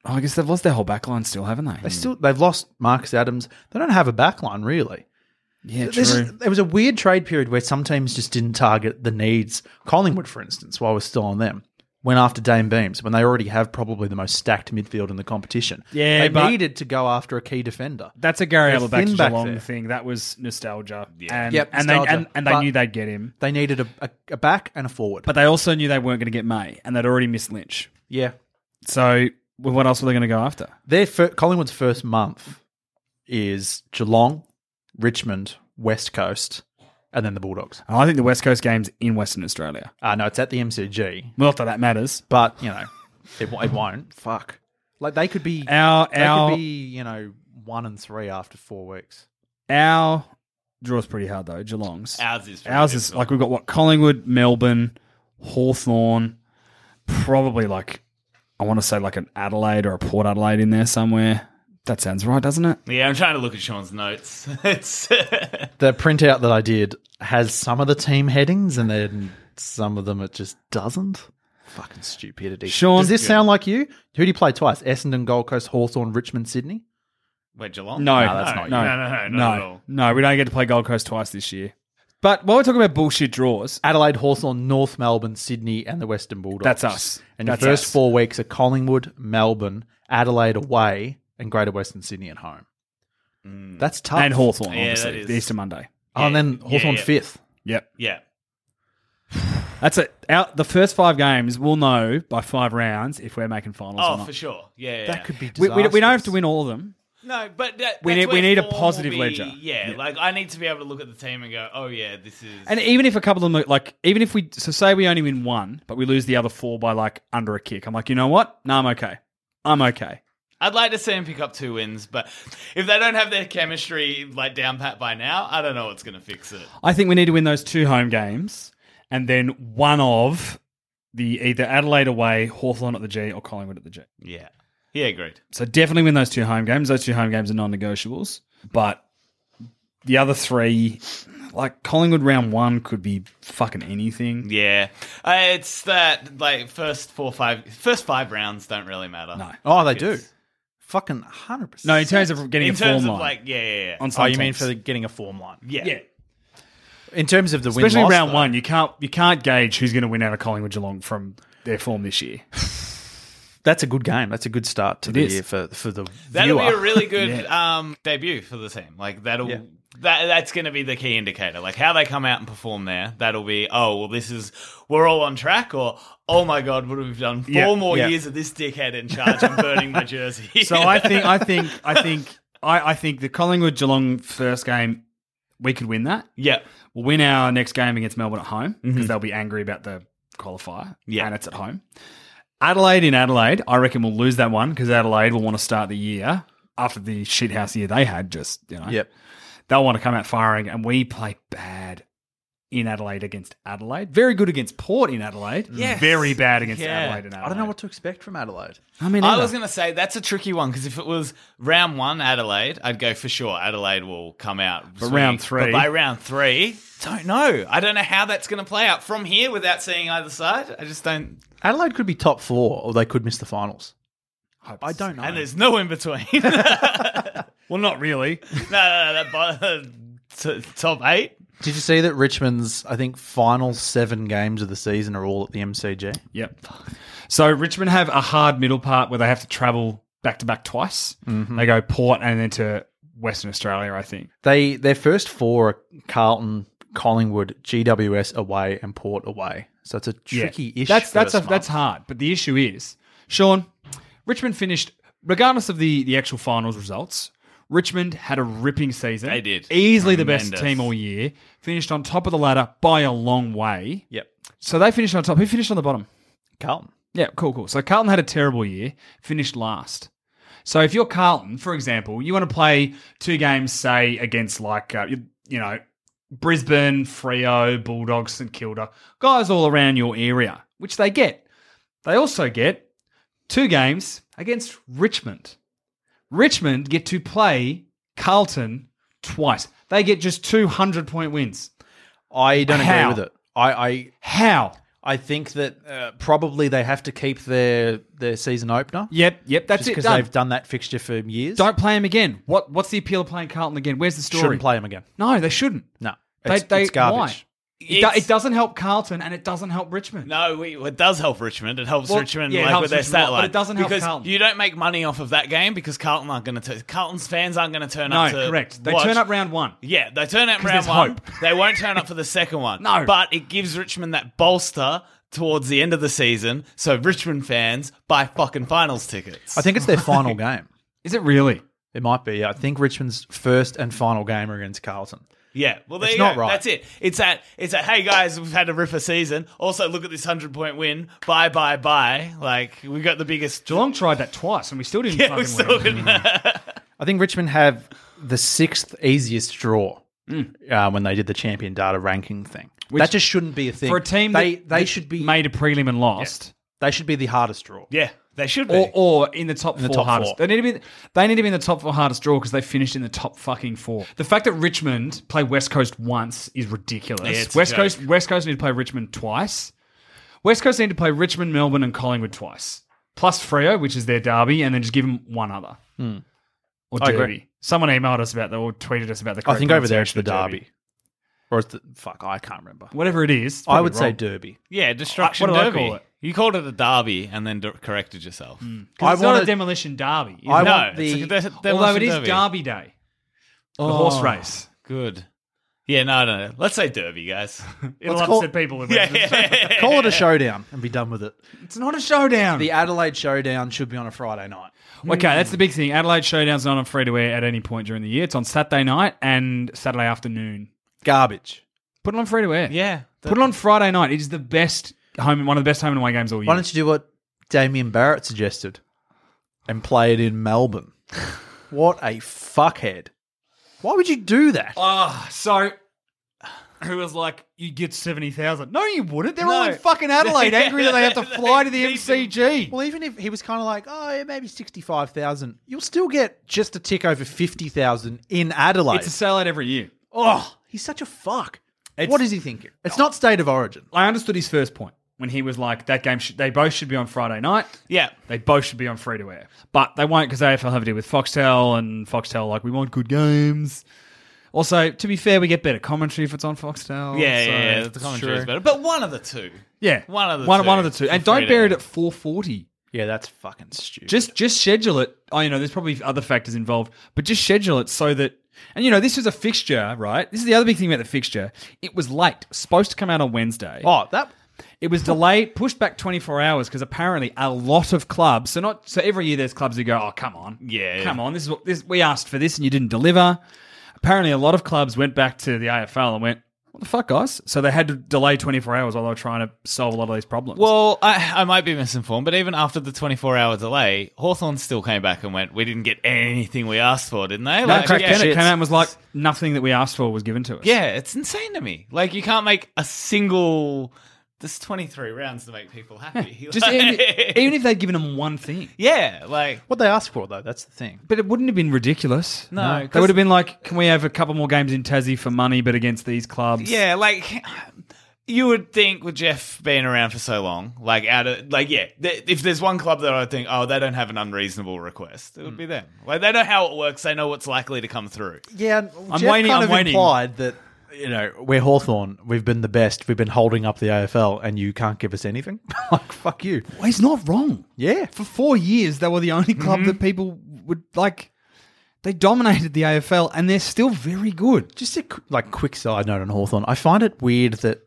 Speaker 2: Oh, I guess they've lost their whole back line still, haven't they?
Speaker 1: They still, they've lost Marcus Adams. They don't have a back line, really.
Speaker 2: yeah,
Speaker 1: This
Speaker 2: true.
Speaker 1: is- there was a weird trade period where some teams just didn't target the needs. Collingwood, for instance, while we're still on them, went after Dame Beams when they already have probably the most stacked midfield in the competition.
Speaker 2: Yeah,
Speaker 1: they
Speaker 2: but-
Speaker 1: needed to go after a key defender.
Speaker 2: That's a Gary
Speaker 1: They're
Speaker 2: Abel back to
Speaker 1: thin back
Speaker 2: Geelong
Speaker 1: there.
Speaker 2: thing. That was nostalgia. And,
Speaker 1: Yep,
Speaker 2: and
Speaker 1: nostalgia.
Speaker 2: they and, and they
Speaker 1: But-
Speaker 2: knew they'd get him.
Speaker 1: They needed a, a, a back and a forward.
Speaker 2: But they also knew they weren't going to get May and they'd already missed Lynch.
Speaker 1: yeah,
Speaker 2: So well, what else were they going to go after?
Speaker 1: their fir- Collingwood's first month is Geelong, Richmond, West Coast, and then the Bulldogs.
Speaker 2: And I think the West Coast game's in Western Australia.
Speaker 1: Uh, no, it's at the MCG,
Speaker 2: Well, not that that matters.
Speaker 1: but you know, it, wo- it won't. Fuck, like they could be
Speaker 2: Our
Speaker 1: They
Speaker 2: our
Speaker 1: could be, you know, one and three after four weeks.
Speaker 2: our draw's pretty hard though, Geelong's.
Speaker 3: Ours is.
Speaker 2: Ours is like we've got what Collingwood, Melbourne, Hawthorn, probably like I want to say like an Adelaide or a Port Adelaide in there somewhere. That sounds right, doesn't it?
Speaker 3: Yeah, I'm trying to look at Sean's notes. it's
Speaker 1: The printout that I did has some of the team headings, and then some of them it just doesn't. Fucking stupidity.
Speaker 2: Sean-
Speaker 1: does this sound like you? Who do you play twice? Essendon, Gold Coast, Hawthorn, Richmond, Sydney.
Speaker 3: wait Geelong.
Speaker 2: No,
Speaker 1: that's not
Speaker 2: no,
Speaker 3: No, no, no,
Speaker 2: no,
Speaker 3: not at all.
Speaker 2: no. We don't get to play Gold Coast twice this year. But while we're talking about bullshit draws,
Speaker 1: Adelaide, Hawthorn, North Melbourne, Sydney, and the Western Bulldogs.
Speaker 2: That's us.
Speaker 1: And
Speaker 2: That's
Speaker 1: your first
Speaker 2: us.
Speaker 1: four weeks are Collingwood, Melbourne, Adelaide away, and Greater Western Sydney at home. That's tough.
Speaker 2: and Hawthorn,
Speaker 3: Yeah,
Speaker 2: obviously,
Speaker 3: that is-
Speaker 2: the Easter Monday.
Speaker 1: Oh, and then
Speaker 3: Yeah,
Speaker 1: Hawthorn
Speaker 3: yeah.
Speaker 1: fifth.
Speaker 2: Yep,
Speaker 3: Yeah.
Speaker 2: that's it. Out the first five games, we'll know by five rounds if we're making finals. or
Speaker 3: Oh,
Speaker 2: not.
Speaker 3: for sure. Yeah, yeah, yeah.
Speaker 1: That could be.
Speaker 2: We, we, don't- we don't have to
Speaker 1: disastrous.
Speaker 2: win all of them.
Speaker 3: No, but that,
Speaker 2: We
Speaker 3: that's
Speaker 2: need- we
Speaker 3: where
Speaker 2: need a
Speaker 3: form will
Speaker 2: positive
Speaker 3: be-
Speaker 2: ledger.
Speaker 3: Yeah, like I need to be able to look at the team and go, oh yeah, this is.
Speaker 2: And even if a couple of them, look- like, even if we, so say we only win one, but we lose the other four by like under a kick, I'm like, you know what? No, I'm okay. I'm okay.
Speaker 3: I'd like to see him pick up two wins, but if they don't have their chemistry like down pat by now, I don't know what's going to fix it.
Speaker 2: I think we need to win those two home games and then one of the either Adelaide away, Hawthorn at the G, or Collingwood at the G.
Speaker 3: Yeah, yeah, agreed.
Speaker 2: So definitely win those two home games. Those two home games are non negotiables. But the other three, like Collingwood round one could be fucking anything.
Speaker 3: Yeah, uh, it's that like first four five, first five rounds don't really matter.
Speaker 2: No.
Speaker 1: Oh, they do. Fucking hundred percent.
Speaker 2: No, in terms of getting
Speaker 3: in
Speaker 2: a form
Speaker 3: terms of
Speaker 2: line
Speaker 3: like, yeah, yeah, yeah.
Speaker 2: on
Speaker 1: Oh, you mean
Speaker 2: sometimes.
Speaker 1: for the, getting a form line?
Speaker 3: yeah.
Speaker 2: yeah.
Speaker 1: In terms of the win,
Speaker 2: Especially round one, you can't you can't gauge who's going to win out of Collingwood Geelong from their form this year.
Speaker 1: that's a good game. That's a good start to
Speaker 2: It
Speaker 1: the
Speaker 2: is.
Speaker 1: year for for the
Speaker 3: That'll
Speaker 1: viewer.
Speaker 3: be a really good um, debut for the team. Like that'll
Speaker 1: Yeah.
Speaker 3: that that's going to be the key indicator. Like how they come out and perform there. That'll be oh well, this is we're all on track. Or oh my god, what have we done? Four
Speaker 2: Yeah,
Speaker 3: more
Speaker 1: yeah.
Speaker 3: years of this dickhead in charge and burning my jersey.
Speaker 2: So I think I think I think I, I think the Collingwood Geelong first game we could win that.
Speaker 3: yeah,
Speaker 2: We'll win our next game against Melbourne at home because
Speaker 1: Mm-hmm.
Speaker 2: they'll be angry about the qualifier.
Speaker 3: Yeah.
Speaker 2: and it's at home. Adelaide in Adelaide, I reckon we'll lose that one because Adelaide will want to start the year after the shithouse year they had. Just you know,
Speaker 1: Yep.
Speaker 2: they'll want to come out firing, and we play bad in Adelaide against Adelaide. Very good against Port in Adelaide.
Speaker 3: Yes.
Speaker 2: Very bad against
Speaker 3: Yeah.
Speaker 2: Adelaide. And Adelaide.
Speaker 1: I don't know what to expect from Adelaide.
Speaker 2: I mean.
Speaker 3: I
Speaker 2: either.
Speaker 3: was going to say that's a tricky one because if it was round one Adelaide, I'd go for sure Adelaide will come out. But
Speaker 2: round three-
Speaker 3: But by round three, don't know. I don't know how that's going to play out from here without seeing either side. I just don't.
Speaker 1: Adelaide could be top four, or they could miss the finals. I don't know.
Speaker 3: And there's no in between. no, no,
Speaker 2: Well, not really.
Speaker 3: no. That bo- t- top eight.
Speaker 1: Did you see that Richmond's, I think, final seven games of the season are all at the MCG?
Speaker 2: Yep. So Richmond have a hard middle part where they have to travel back to back twice.
Speaker 3: Mm-hmm.
Speaker 2: They go Port and then to Western Australia, I think.
Speaker 1: They their first four are Carlton, Collingwood, GWS away, and Port away. So it's a tricky issue.
Speaker 2: That's that's a, that's hard. But the issue is, Sean, Richmond finished regardless of the the actual finals results. Richmond had a ripping season.
Speaker 3: They did.
Speaker 2: easily the best
Speaker 3: Tremendous.
Speaker 2: team all year. Finished on top of the ladder by a long way.
Speaker 1: yep.
Speaker 2: So they finished on top. Who finished on the bottom?
Speaker 1: Carlton.
Speaker 2: Yeah, cool, cool. So Carlton had a terrible year, finished last. So if you're Carlton, for example, you want to play two games, say against like uh, you, you know Brisbane, Frio, Bulldogs, St Kilda, guys all around your area, which they get. They also get two games against Richmond. Richmond get to play Carlton twice. They get just two hundred point wins.
Speaker 1: I don't
Speaker 2: How?
Speaker 1: agree with it. I, I
Speaker 2: How?
Speaker 1: I think that uh, probably they have to keep their their season opener.
Speaker 2: Yep, yep. That's
Speaker 1: just
Speaker 2: it.
Speaker 1: because
Speaker 2: done.
Speaker 1: they've done that fixture for years.
Speaker 2: Don't play him again. What? What's the appeal of playing Carlton again? Where's the story?
Speaker 1: shouldn't play them again.
Speaker 2: No, they shouldn't.
Speaker 1: No,
Speaker 2: They-
Speaker 1: it's,
Speaker 2: they-
Speaker 1: it's garbage.
Speaker 2: why? It, do-
Speaker 3: It's-
Speaker 2: it doesn't help Carlton and it doesn't help Richmond.
Speaker 3: No, we, it does help Richmond. It helps
Speaker 2: Well,
Speaker 3: Richmond
Speaker 2: yeah, it
Speaker 3: like
Speaker 2: helps
Speaker 3: with their
Speaker 2: Richmond a lot,
Speaker 3: stat
Speaker 2: but
Speaker 3: line.
Speaker 2: it doesn't help
Speaker 3: because
Speaker 2: Carlton.
Speaker 3: You don't make money off of that game because Carlton aren't going to. Carlton's fans aren't going to turn
Speaker 2: no,
Speaker 3: up. to
Speaker 2: correct. They
Speaker 3: watch.
Speaker 2: turn up round one.
Speaker 3: Yeah, they turn up
Speaker 2: 'Cause
Speaker 3: round
Speaker 2: there's
Speaker 3: one.
Speaker 2: hope.
Speaker 3: They won't turn up for the second one.
Speaker 2: No.
Speaker 3: But it gives Richmond that bolster towards the end of the season. So Richmond fans buy fucking finals tickets.
Speaker 1: I think it's their final game.
Speaker 2: Is it really?
Speaker 1: It might be. I think Richmond's first and final game are against Carlton.
Speaker 3: Yeah. Well, there
Speaker 1: It's
Speaker 3: you
Speaker 1: not
Speaker 3: go.
Speaker 1: right.
Speaker 3: That's it. It's that. It's that. Hey guys, we've had a ripper season. Also, look at this hundred point win. Bye, bye, bye. Like we got the biggest.
Speaker 2: Geelong tried that twice and we still didn't
Speaker 3: Yeah,
Speaker 2: fucking
Speaker 3: we still
Speaker 2: win.
Speaker 3: couldn't-
Speaker 1: I think Richmond have the sixth easiest draw
Speaker 2: Hmm.
Speaker 1: uh, when they did the champion data ranking thing. that just shouldn't be a thing
Speaker 2: For a team
Speaker 1: They
Speaker 2: that,
Speaker 1: they
Speaker 2: that
Speaker 1: should be
Speaker 2: made a prelim and lost.
Speaker 1: they should be the hardest draw.
Speaker 3: yeah, they should be.
Speaker 2: Or, or in the top
Speaker 1: the
Speaker 2: four
Speaker 1: top
Speaker 2: hardest.
Speaker 1: four.
Speaker 2: They need to be. They need to be in the top four hardest draw because they finished in the top fucking four. The fact that Richmond play West Coast once is ridiculous.
Speaker 3: Yeah, it's a
Speaker 2: West
Speaker 3: joke.
Speaker 2: Coast. West Coast need to play Richmond twice. West Coast need to play Richmond, Melbourne, and Collingwood twice, plus Freo, which is their derby, and then just give them one other or
Speaker 1: Hmm. I
Speaker 2: derby.
Speaker 1: agree.
Speaker 2: Someone emailed us about that or tweeted us about the.
Speaker 1: I think
Speaker 2: correct
Speaker 1: over there it's the
Speaker 2: pronunciation of
Speaker 1: derby, or it's the fuck. I can't remember.
Speaker 2: Whatever it is, it's
Speaker 1: I would say
Speaker 2: probably wrong.
Speaker 1: derby.
Speaker 3: yeah, destruction
Speaker 2: What did I
Speaker 3: derby.
Speaker 2: call it?
Speaker 3: You called it Hmm. a derby and then d- corrected yourself.
Speaker 2: 'Cause
Speaker 1: I
Speaker 2: it's not a
Speaker 1: wanted-
Speaker 2: demolition derby. is
Speaker 1: I
Speaker 2: it?
Speaker 3: No,
Speaker 1: want
Speaker 3: it's
Speaker 1: the-
Speaker 3: a de- demolition
Speaker 2: although it is
Speaker 3: derby.
Speaker 2: Derby Day, the horse
Speaker 1: Oh.
Speaker 2: race.
Speaker 3: Good. Yeah, no, no, no. Let's say derby, guys.
Speaker 2: It'll
Speaker 1: Let's call-
Speaker 2: upset people. if
Speaker 3: yeah,
Speaker 2: it-
Speaker 3: yeah.
Speaker 1: Call it a showdown and be done with it.
Speaker 2: It's not a showdown.
Speaker 1: The Adelaide showdown should be on a Friday night.
Speaker 2: okay, that's the big thing. Adelaide showdown's not on free to air at any point during the year. It's on Saturday night and Saturday afternoon.
Speaker 1: Garbage.
Speaker 2: Put it on free to air.
Speaker 3: Yeah.
Speaker 2: Put it on Friday night. It is the best home, one of the best home and away games all year.
Speaker 1: Why don't you do what Damien Barrett suggested and play it in Melbourne? what a fuckhead! Why would you do that?
Speaker 2: Ah, so who was like, you get seventy thousand? No, you wouldn't. They're all
Speaker 3: No.
Speaker 2: in fucking Adelaide, angry that they have to fly to the
Speaker 3: They- they-
Speaker 2: MCG.
Speaker 1: Well, even if he was kind of like, oh, yeah, maybe 65,000, you'll still get just a tick over 50,000 in Adelaide.
Speaker 2: It's a sellout every year.
Speaker 1: oh, he's such a fuck. what is he thinking? It's not state of origin.
Speaker 2: I understood his first point when he was like, that game, should, they both should be on Friday night.
Speaker 3: Yeah.
Speaker 2: They both should be on free to air, but they won't because AFL have a deal with Foxtel and Foxtel like we want good games. Also, to be fair, we get better commentary if it's on Foxtel.
Speaker 3: Yeah,
Speaker 2: so-
Speaker 3: yeah, yeah. The commentary is
Speaker 2: Sure.
Speaker 3: better. But one of the two.
Speaker 2: Yeah,
Speaker 3: One of the
Speaker 2: one,
Speaker 3: two
Speaker 2: one of the two,
Speaker 3: for
Speaker 2: and
Speaker 3: free
Speaker 2: don't
Speaker 3: to
Speaker 2: bury it
Speaker 3: air.
Speaker 2: at four forty.
Speaker 1: Yeah, that's fucking stupid.
Speaker 2: Just just schedule it. Oh, you know, there's probably other factors involved, but just schedule it so that. And you know, this was a fixture, right? This is the other big thing about the fixture. It was late, supposed to come out on Wednesday.
Speaker 1: oh, that.
Speaker 2: It was delayed, pushed back 24 hours because apparently a lot of clubs. So not so every year there's clubs who go, "Oh, come on,
Speaker 3: Yeah.
Speaker 2: come on, this is what this we asked for this and you didn't deliver." Apparently, a lot of clubs went back to the AFL and went, what the fuck, guys? So they had to delay 24 hours while they were trying to solve a lot of these problems.
Speaker 3: Well, I, I might be misinformed, but even after the 24 hour delay, Hawthorn still came back and went, We didn't get anything we asked for, didn't they?
Speaker 2: no,
Speaker 3: Like,
Speaker 2: Craig
Speaker 3: yeah,
Speaker 2: Bennett came out and was like, nothing that we asked for was given to us.
Speaker 3: yeah, it's insane to me. Like, you can't make a single. There's 23 rounds to make people happy.
Speaker 2: Just
Speaker 3: Like-
Speaker 2: even, even if they'd given them one thing.
Speaker 3: yeah, like.
Speaker 1: What they asked for though, that's the thing.
Speaker 2: But it wouldn't have been ridiculous.
Speaker 3: No,
Speaker 2: They
Speaker 3: 'cause-
Speaker 2: would have been like, can we have a couple more games in Tassie for money, but against these clubs?
Speaker 3: Yeah, like you would think with Jeff being around for so long, like out of like yeah, th- if there's one club that I would think, oh, they don't have an unreasonable request, it
Speaker 2: Hmm.
Speaker 3: would be them. Like they know how it works, they know what's likely to come through.
Speaker 1: Yeah,
Speaker 2: I'm
Speaker 1: I'm Jeff
Speaker 2: waiting-
Speaker 1: kind of
Speaker 2: I'm waiting.
Speaker 1: implied that you know we're Hawthorn, we've been the best, we've been holding up the AFL, and you can't give us anything. like fuck you.
Speaker 2: Well, he's not wrong.
Speaker 1: Yeah,
Speaker 2: For four years, they were the only club that people would like. They dominated the AFL, and they're still very good.
Speaker 1: Just a qu- like quick side note on Hawthorn. I find it weird that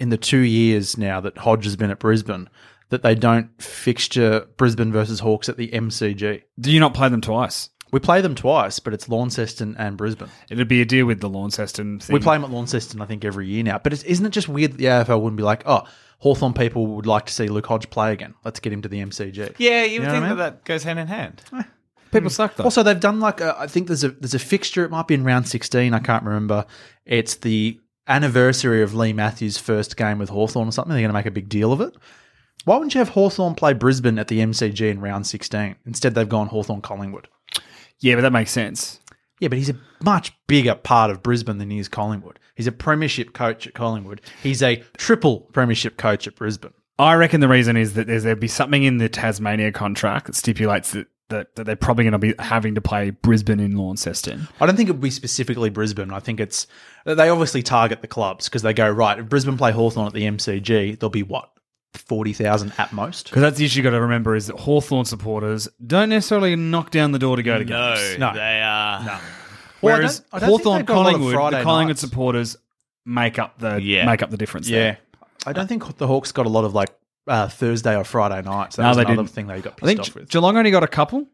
Speaker 1: in the two years now that Hodge has been at Brisbane, that they don't fixture Brisbane versus Hawks at the MCG.
Speaker 2: Do you not play them twice?
Speaker 1: We play them twice, but it's Launceston and Brisbane.
Speaker 2: It'd be a deal with the Launceston thing.
Speaker 1: We play them at Launceston, I think, every year now. But it's, isn't it just weird that the AFL wouldn't be like, oh, Hawthorn people would like to see Luke Hodge play again. Let's get him to the MCG.
Speaker 3: Yeah, you would
Speaker 1: know
Speaker 3: think
Speaker 1: what I
Speaker 3: that
Speaker 1: mean?
Speaker 3: that goes hand in hand.
Speaker 2: People suck though.
Speaker 1: Also, they've done like a, I think there's a there's a fixture. It might be in round sixteen. I can't remember. It's the anniversary of Lee Matthews' first game with Hawthorn or something. They're going to make a big deal of it. Why wouldn't you have Hawthorn play Brisbane at the MCG in round sixteen? Instead, they've gone Hawthorn Collingwood.
Speaker 2: yeah, but that makes sense.
Speaker 1: Yeah, but he's a much bigger part of Brisbane than he is Collingwood. He's a premiership coach at Collingwood. He's a triple premiership coach at Brisbane.
Speaker 2: I reckon the reason is that there's, there'd be something in the Tasmania contract that stipulates that, that, that they're probably going to be having to play Brisbane in Launceston.
Speaker 1: I don't think it would be specifically Brisbane. I think it's they obviously target the clubs because they go right. If Brisbane play Hawthorn at the MCG, there'll be what forty thousand at most.
Speaker 2: Because that's the issue you got to remember is that Hawthorn supporters don't necessarily knock down the door to go to
Speaker 3: No,
Speaker 2: games.
Speaker 1: No.
Speaker 3: they are.
Speaker 1: Well, I
Speaker 2: Whereas
Speaker 1: don't- I don't think
Speaker 2: Hawthorn
Speaker 1: they've got a lot of
Speaker 2: Collingwood, the
Speaker 1: Friday
Speaker 2: Collingwood
Speaker 1: nights.
Speaker 2: supporters make up the
Speaker 3: Yeah.
Speaker 2: make up the difference.
Speaker 1: Yeah,
Speaker 2: there.
Speaker 1: I don't think the Hawks got a lot of like uh, Thursday or Friday nights. That
Speaker 2: No,
Speaker 1: was
Speaker 2: they
Speaker 1: another
Speaker 2: didn't.
Speaker 1: thing they got
Speaker 2: I
Speaker 1: pissed
Speaker 2: think
Speaker 1: off
Speaker 2: Ge-
Speaker 1: with. Hmm.
Speaker 2: Geelong only got a couple.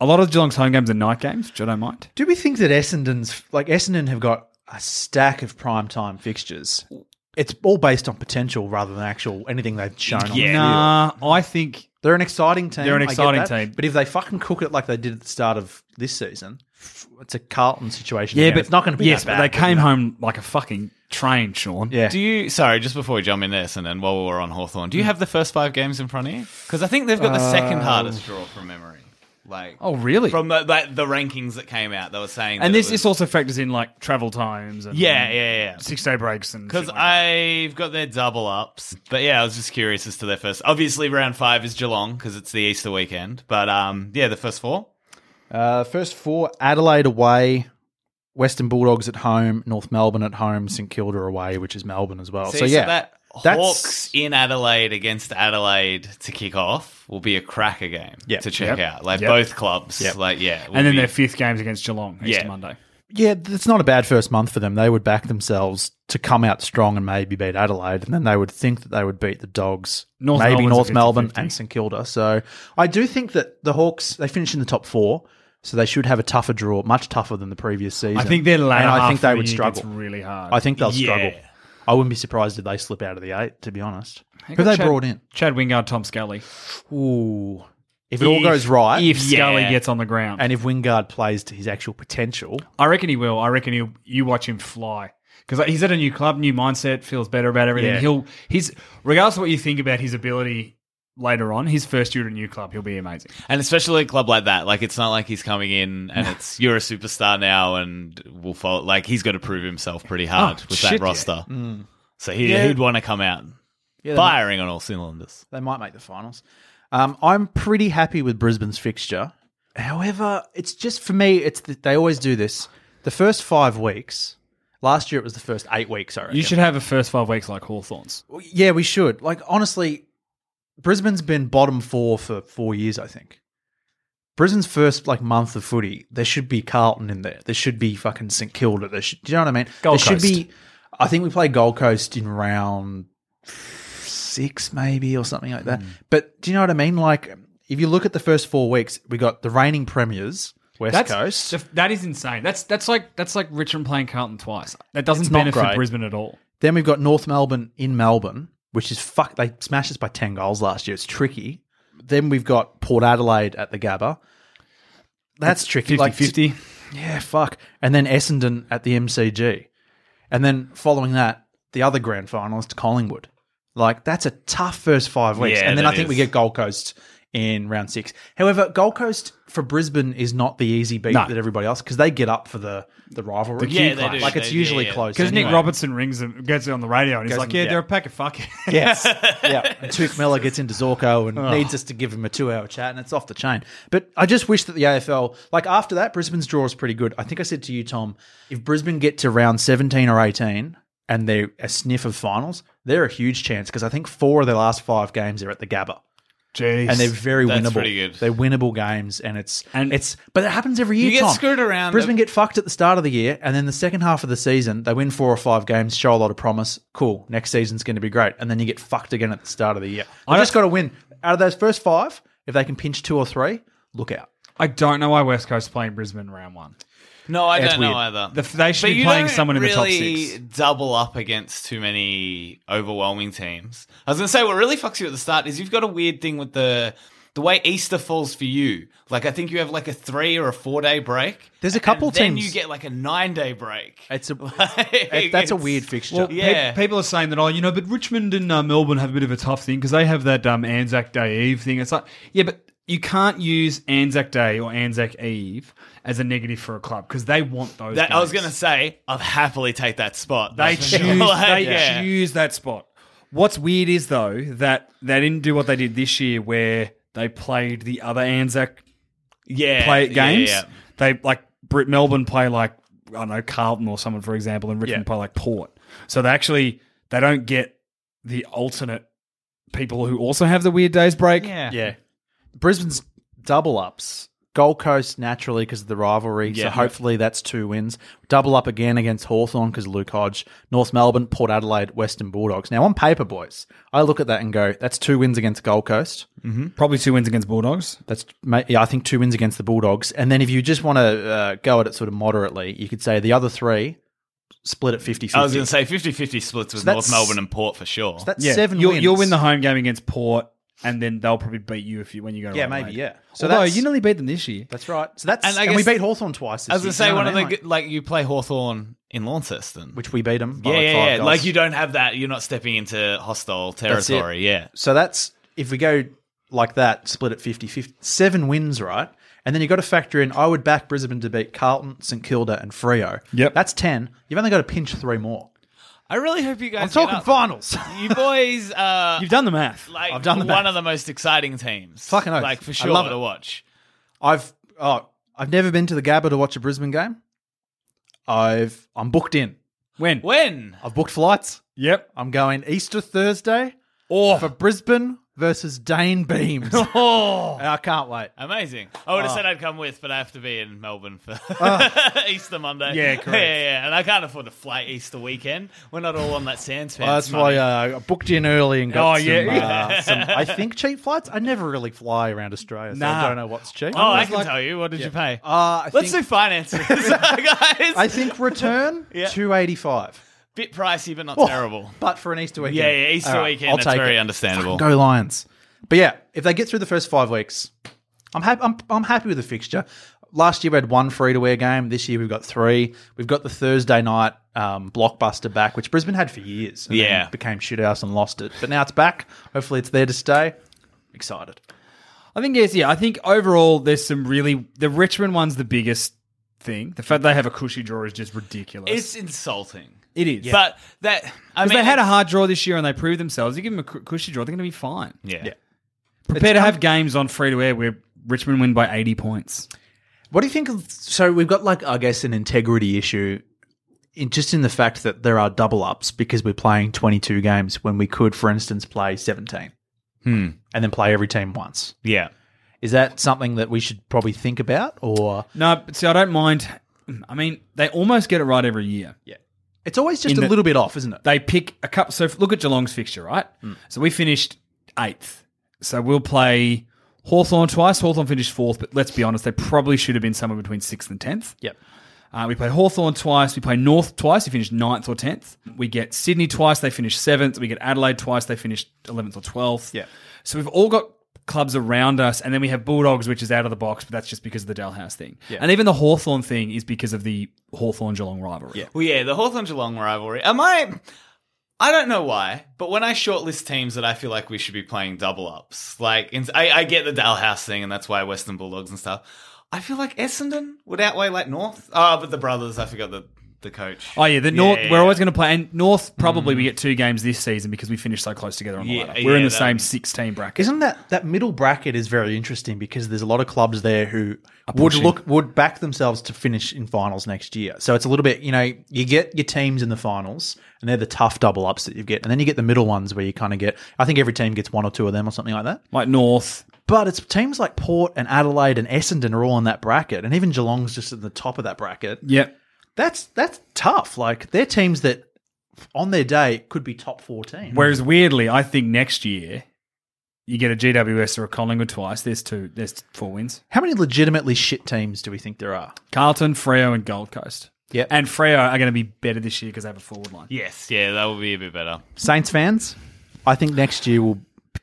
Speaker 2: A lot of Geelong's home games are night games, which I don't mind.
Speaker 1: Do we think that Essendon's like Essendon have got a stack of prime time fixtures? It's all based on potential rather than actual anything they've shown. on the
Speaker 3: Yeah.
Speaker 1: field.
Speaker 2: Nah, I think
Speaker 1: They're an exciting team.
Speaker 2: They're an
Speaker 1: I get
Speaker 2: exciting
Speaker 1: that.
Speaker 2: team.
Speaker 1: But if they fucking cook it like they did at the start of this season, f- it's a Carlton situation.
Speaker 2: yeah,
Speaker 1: again.
Speaker 2: but
Speaker 1: it's not going to be
Speaker 2: Yes,
Speaker 1: that
Speaker 2: but they
Speaker 1: bad.
Speaker 2: came home like a fucking train, Sean.
Speaker 1: Yeah.
Speaker 3: Do you? Sorry, just before we jump in this, and then while we're on Hawthorn, do you have the first five games in front of you? Because I think they've got the second hardest draw from memory. Like,
Speaker 2: Oh, really?
Speaker 3: from the, like, the rankings that came out, they were saying,
Speaker 2: and
Speaker 3: that it
Speaker 2: this,
Speaker 3: was-
Speaker 2: this also factors in like travel times and
Speaker 3: yeah, yeah, yeah.
Speaker 2: six day breaks and
Speaker 3: Because
Speaker 2: shit like that.
Speaker 3: I've got their double ups, but yeah, I was just curious as to their first. Obviously, round five is Geelong because it's the Easter weekend, but um, yeah, the first four.
Speaker 1: Uh, first four Adelaide away, Western Bulldogs at home, North Melbourne at home, St Kilda away, which is Melbourne as well.
Speaker 3: See,
Speaker 1: so, yeah.
Speaker 3: that
Speaker 1: that's-
Speaker 3: Hawks in Adelaide against Adelaide to kick off will be a cracker game
Speaker 1: Yep.
Speaker 3: to check
Speaker 2: Yep.
Speaker 3: out. Like
Speaker 2: Yep.
Speaker 3: both clubs,
Speaker 1: Yep.
Speaker 3: like yeah, it will
Speaker 2: and then
Speaker 3: be-
Speaker 2: their fifth game's against Geelong next
Speaker 3: Yeah.
Speaker 2: Monday.
Speaker 1: yeah, it's not a bad first month for them. They would back themselves to come out strong and maybe beat Adelaide, and then they would think that they would beat the Dogs,
Speaker 2: North
Speaker 1: maybe
Speaker 2: Melbourne's a
Speaker 1: North Melbourne
Speaker 2: 50-50.
Speaker 1: and St Kilda. So I do think that the Hawks they finish in the top four, so they should have a tougher draw, much tougher than the previous season.
Speaker 2: I think their latter
Speaker 1: and I
Speaker 2: half
Speaker 1: think
Speaker 2: of
Speaker 1: they
Speaker 2: the
Speaker 1: would
Speaker 2: year
Speaker 1: struggle.
Speaker 2: gets really hard.
Speaker 1: I think they'll
Speaker 3: Yeah.
Speaker 1: struggle. I wouldn't be surprised if they slip out of the eight. To be honest, who
Speaker 2: got
Speaker 1: they
Speaker 2: Chad-
Speaker 1: brought in?
Speaker 2: Chad Wingard, Tom Scully.
Speaker 1: Ooh, if it all goes right,
Speaker 2: if Scully
Speaker 3: Yeah.
Speaker 2: gets on the ground,
Speaker 1: and if Wingard plays to his actual potential,
Speaker 2: I reckon he will. I reckon he'll. You watch him fly because he's at a new club, new mindset, feels better about everything.
Speaker 1: Yeah.
Speaker 2: He'll. He's regardless of what you think about his ability later on. His first year at a new club, he'll be amazing.
Speaker 3: and especially a club like that. Like it's not like he's coming in and it's you're a superstar now and we'll follow. Like he's got to prove himself pretty hard
Speaker 2: Oh,
Speaker 3: with
Speaker 2: shit,
Speaker 3: that
Speaker 2: yeah.
Speaker 3: roster. So he,
Speaker 1: Mm. Yeah.
Speaker 3: he'd want to come out
Speaker 1: yeah, they might-
Speaker 3: firing on all cylinders.
Speaker 1: they might make the finals. Um, I'm pretty happy with Brisbane's fixture. However, it's just for me. It's the, they always do this. The first five weeks. Last year it was the first eight weeks. I reckon.
Speaker 2: You should have a first five weeks like Hawthorns.
Speaker 1: Yeah, we should. Like honestly, Brisbane's been bottom four for four years, I think. Brisbane's first like month of footy, there should be Carlton in there. There should be fucking St Kilda. There should, do you know what I mean?
Speaker 2: Gold
Speaker 1: there should
Speaker 2: Coast.
Speaker 1: be. I think we play Gold Coast in round six, maybe or something like
Speaker 2: Hmm.
Speaker 1: that. But do you know what I mean? Like if you look at the first four weeks, we got the reigning premiers, West Coast.
Speaker 2: That is insane. That's that's like that's like Richmond playing Carlton twice. That doesn't
Speaker 1: not
Speaker 2: benefit
Speaker 1: great.
Speaker 2: Brisbane at all.
Speaker 1: Then we've got North Melbourne in Melbourne, which is fuck. They smashed us by ten goals last year. It's tricky. Then we've got Port Adelaide at the Gabba. That's tricky.
Speaker 2: 50
Speaker 1: Like
Speaker 2: 50.
Speaker 1: yeah, fuck. And then Essendon at the MCG. And then following that, the other grand finalist, Collingwood. Like, that's a tough first five weeks.
Speaker 3: Yeah,
Speaker 1: and then
Speaker 3: that
Speaker 1: I think we
Speaker 3: is.
Speaker 1: get Gold Coast in round six. However, Gold Coast for Brisbane is not the easy beat
Speaker 2: No.
Speaker 1: that everybody else, because they get up for the, the rivalry.
Speaker 3: Yeah, they do.
Speaker 1: Like, it's
Speaker 3: They- yeah,
Speaker 1: usually
Speaker 3: yeah.
Speaker 1: close.
Speaker 2: Because Nick
Speaker 1: anyway.
Speaker 2: Robertson rings and gets it on the radio and he's
Speaker 1: Goes
Speaker 2: like,
Speaker 1: and-
Speaker 2: yeah,
Speaker 1: yeah.
Speaker 2: they're a pack of fuck.
Speaker 1: Yes. yeah. And Tuke Miller gets into Zorko and needs us to give him a two hour chat, and it's off the chain. But I just wish that the AFL, like after that, Brisbane's draw is pretty good. I think I said to you, Tom, if Brisbane get to round 17 or 18 and they're a sniff of finals, they're a huge chance because I think four of their last five games are at the Gabba.
Speaker 2: Jeez.
Speaker 1: And they're very
Speaker 3: That's
Speaker 1: winnable.
Speaker 3: pretty good.
Speaker 1: They're winnable games, and it's and
Speaker 2: And-
Speaker 1: it's but it happens every year.
Speaker 3: You get
Speaker 1: Tom.
Speaker 3: screwed around.
Speaker 1: Brisbane get fucked at the start of the year, and then the second half of the season, they win four or five games, show a lot of promise. Cool, next season's going to be great, and then you get fucked again at the start of the year. I just got to win out of those first five. If they can pinch two or three, look out.
Speaker 2: I don't know why West Coast playing Brisbane round one.
Speaker 3: No, I
Speaker 1: It's
Speaker 3: don't
Speaker 1: weird.
Speaker 3: know either.
Speaker 2: The f- they should
Speaker 3: But
Speaker 2: be
Speaker 3: you
Speaker 2: playing
Speaker 3: don't
Speaker 2: someone in the top
Speaker 3: really
Speaker 2: six.
Speaker 3: Double up against too many overwhelming teams. I was gonna say what really fucks you at the start is you've got a weird thing with the the way Easter falls for you. Like I think you have like a three or a four day break.
Speaker 1: There's a couple
Speaker 3: and then
Speaker 1: teams-
Speaker 3: you get like a nine day break.
Speaker 1: It's a
Speaker 3: Like,
Speaker 1: that's a
Speaker 3: it's-
Speaker 1: weird fixture.
Speaker 2: Well,
Speaker 3: Yeah.
Speaker 2: pe- people are saying that, oh, you know, but Richmond and uh, Melbourne have a bit of a tough thing because they have that um, Anzac Day Eve thing. It's like, yeah, but you can't use Anzac Day or Anzac Eve as a negative for a club because they want those.
Speaker 3: That, I was
Speaker 2: games.
Speaker 3: gonna say I'll happily take that spot.
Speaker 2: They
Speaker 3: That's for
Speaker 2: choose.
Speaker 3: sure. Like,
Speaker 2: they
Speaker 3: yeah.
Speaker 2: choose that spot. What's weird is though that they didn't do what they did this year, where they played the other Anzac
Speaker 3: yeah,
Speaker 2: play
Speaker 3: yeah,
Speaker 2: games.
Speaker 3: yeah.
Speaker 2: They like Brit Melbourne play like I don't know Carlton or someone for example, and Richmond
Speaker 1: Yeah.
Speaker 2: play like Port. So they actually they don't get the alternate people who also have the weird days break.
Speaker 3: Yeah.
Speaker 1: yeah, Brisbane's double ups. Gold Coast naturally because of the rivalry, so
Speaker 2: Yeah.
Speaker 1: hopefully that's two wins. Double up again against Hawthorn because Luke Hodge, North Melbourne, Port Adelaide, Western Bulldogs. Now on paper, boys, I look at that and go, that's two wins against Gold Coast.
Speaker 2: Probably two wins against Bulldogs.
Speaker 1: That's ma- yeah, I think two wins against the Bulldogs, and then if you just want to uh, go at it sort of moderately, you could say the other three split at 50
Speaker 3: I was going to say 50-50 splits with North
Speaker 1: that's-
Speaker 3: Melbourne and Port for sure.
Speaker 1: that's
Speaker 2: Yeah,
Speaker 1: 7
Speaker 2: you'll,
Speaker 1: wins.
Speaker 2: you'll win the home game against Port, and then they'll probably beat you if you when you go. To
Speaker 1: Yeah,
Speaker 2: Adelaide.
Speaker 1: maybe, yeah. So
Speaker 2: So Although
Speaker 1: that's-
Speaker 2: you nearly beat them this year.
Speaker 1: That's right. So that's
Speaker 3: And
Speaker 1: and,
Speaker 3: I
Speaker 1: we
Speaker 3: guess-
Speaker 1: beat Hawthorn twice. This
Speaker 3: I was
Speaker 1: year,
Speaker 3: going to say
Speaker 1: you know
Speaker 3: one
Speaker 1: what
Speaker 3: of
Speaker 1: I
Speaker 3: the
Speaker 1: mean?
Speaker 3: good, like you play Hawthorn in Launceston,
Speaker 1: which we beat them. By
Speaker 3: yeah,
Speaker 1: like five
Speaker 3: yeah, yeah.
Speaker 1: goals.
Speaker 3: like you don't have that. You're not stepping into hostile
Speaker 1: That's it.
Speaker 3: territory. Yeah,
Speaker 1: So that's if we go like that, split at 50 50, seven wins, right? And then you've got to factor in, I would back Brisbane to beat Carlton, St Kilda, and Frio.
Speaker 2: Yep.
Speaker 1: That's 10. You've only got to pinch three more.
Speaker 3: I really hope you guys.
Speaker 1: I'm talking finals.
Speaker 3: You boys, uh,
Speaker 2: You've done the math.
Speaker 3: like
Speaker 1: I've done the
Speaker 3: one
Speaker 1: math.
Speaker 3: of the most exciting teams.
Speaker 1: Fucking oath.
Speaker 3: like for
Speaker 1: I
Speaker 3: sure
Speaker 1: love
Speaker 3: to
Speaker 1: it.
Speaker 3: watch.
Speaker 1: I've oh, I've never been to the Gabba to watch a Brisbane game. I've I'm booked in.
Speaker 2: when?
Speaker 3: When?
Speaker 1: I've booked flights.
Speaker 2: Yep.
Speaker 1: I'm going Easter Thursday
Speaker 2: Or
Speaker 1: for Brisbane versus Dane Beams. And
Speaker 3: Oh,
Speaker 1: I can't wait.
Speaker 3: amazing! I would have
Speaker 1: Ah.
Speaker 3: said I'd come with, but I have to be in Melbourne for Easter Monday.
Speaker 2: Yeah, correct.
Speaker 3: Yeah, yeah, and I can't afford to fly Easter weekend. We're not all on that Sands fans.
Speaker 1: that's why
Speaker 3: money.
Speaker 1: uh, I booked in early and got
Speaker 2: Oh,
Speaker 1: some,
Speaker 2: yeah.
Speaker 1: uh, some, I think, cheap flights. I never really fly around Australia, so
Speaker 2: Nah.
Speaker 1: I don't know what's cheap.
Speaker 3: Oh, I
Speaker 2: was
Speaker 3: can
Speaker 2: like-
Speaker 3: tell you. What did you pay?
Speaker 1: Uh, I
Speaker 3: Let's
Speaker 1: think,
Speaker 3: do finances, guys.
Speaker 1: I think return, 285
Speaker 3: Bit pricey, but
Speaker 2: Oh.
Speaker 3: not terrible.
Speaker 1: But for an Easter weekend.
Speaker 3: Yeah, yeah, Easter
Speaker 1: All right,
Speaker 3: weekend.
Speaker 1: I'll
Speaker 3: that's
Speaker 1: take
Speaker 3: very
Speaker 1: it.
Speaker 3: understandable.
Speaker 1: Go Lions. But yeah, if they get through the first five weeks, I'm happy. I'm, I'm happy with the fixture. Last year we had one free to wear game. This year we've got three. We've got the Thursday night um, blockbuster back, which Brisbane had for years. and then
Speaker 3: Yeah.
Speaker 1: became shootouts and lost it, but now it's back. Hopefully it's there to stay. Excited.
Speaker 2: I think yes, yeah. I think overall, there's some really the Richmond one's the biggest thing. The fact they have a cushy draw is just ridiculous.
Speaker 3: It's insulting.
Speaker 2: it is, but
Speaker 3: But that I
Speaker 2: because
Speaker 3: mean
Speaker 2: they had a
Speaker 3: it's-
Speaker 2: hard draw this year and they proved themselves. You give them a cu- cushy draw, they're going to be fine.
Speaker 3: yeah.
Speaker 1: Yeah.
Speaker 2: Prepare to
Speaker 1: come-
Speaker 2: have games on free to air where Richmond win by 80 points.
Speaker 1: What do you think of? So we've got like I guess an integrity issue, in, just in the fact that there are double ups because we're playing twenty two games when we could, for instance, play seventeen and then play every team once.
Speaker 3: Yeah.
Speaker 1: Is that something that we should probably think about, or
Speaker 2: No, but see, I don't mind. I mean, they almost get it right every year.
Speaker 1: yeah, it's always just
Speaker 2: In
Speaker 1: a
Speaker 2: the-
Speaker 1: little bit off, isn't it?
Speaker 2: They pick a cup. So if- look at Geelong's fixture, right? So we finished eighth. So we'll play Hawthorn twice. Hawthorn finished fourth, but let's be honest, they probably should have been somewhere between sixth and tenth.
Speaker 1: Yep.
Speaker 2: Uh, we play Hawthorn twice. We play North twice. We finished ninth or 10th. We get Sydney twice. They finished 7th. We get Adelaide twice. They finished 11th or 12th.
Speaker 1: Yeah.
Speaker 2: So we've all got clubs around us. And then we have Bulldogs, which is out of the box, but that's just because of the Dalhouse thing.
Speaker 1: Yeah.
Speaker 2: And even the Hawthorn thing is because of the Hawthorn Geelong rivalry.
Speaker 3: Well, yeah, the Hawthorn Geelong rivalry. Am I? I don't know why, but when I shortlist teams that I feel like we should be playing double ups, like in, I, I get the Dalhouse thing, and that's why Western Bulldogs and stuff. I feel like Essendon would outweigh like North. Oh, but the brothers, I forgot the the coach.
Speaker 2: Oh yeah, the
Speaker 3: Yeah,
Speaker 2: North.
Speaker 3: yeah,
Speaker 2: we're
Speaker 3: yeah.
Speaker 2: always going to play, and North probably we get two games this season because we finished so close together on the
Speaker 3: Yeah,
Speaker 2: ladder. We're in
Speaker 3: yeah,
Speaker 2: the
Speaker 3: that-
Speaker 2: same sixteen bracket.
Speaker 1: Isn't that that middle bracket is very interesting because there's a lot of clubs there who would
Speaker 2: pushing.
Speaker 1: look would back themselves to finish in finals next year. So it's a little bit, you know, you get your teams in the finals and they're the tough double ups that you get, and then you get the middle ones where you kind of get. I think every team gets one or two of them or something like that.
Speaker 2: Like North,
Speaker 1: But it's teams like Port and Adelaide and Essendon are all in that bracket, and even Geelong's just at the top of that bracket.
Speaker 2: yep.
Speaker 1: That's that's tough. Like they're teams that on their day could be top four teams.
Speaker 2: Whereas weirdly, I think next year you get a GWS or a Collingwood twice. There's two. There's four wins.
Speaker 1: How many legitimately shit teams do we think there are?
Speaker 2: Carlton, Freo, and Gold Coast.
Speaker 1: Yep.
Speaker 2: And Freo are going to be better this year because they have a forward line.
Speaker 3: yes, yeah, that would be a bit better.
Speaker 1: Saints fans, I think next year will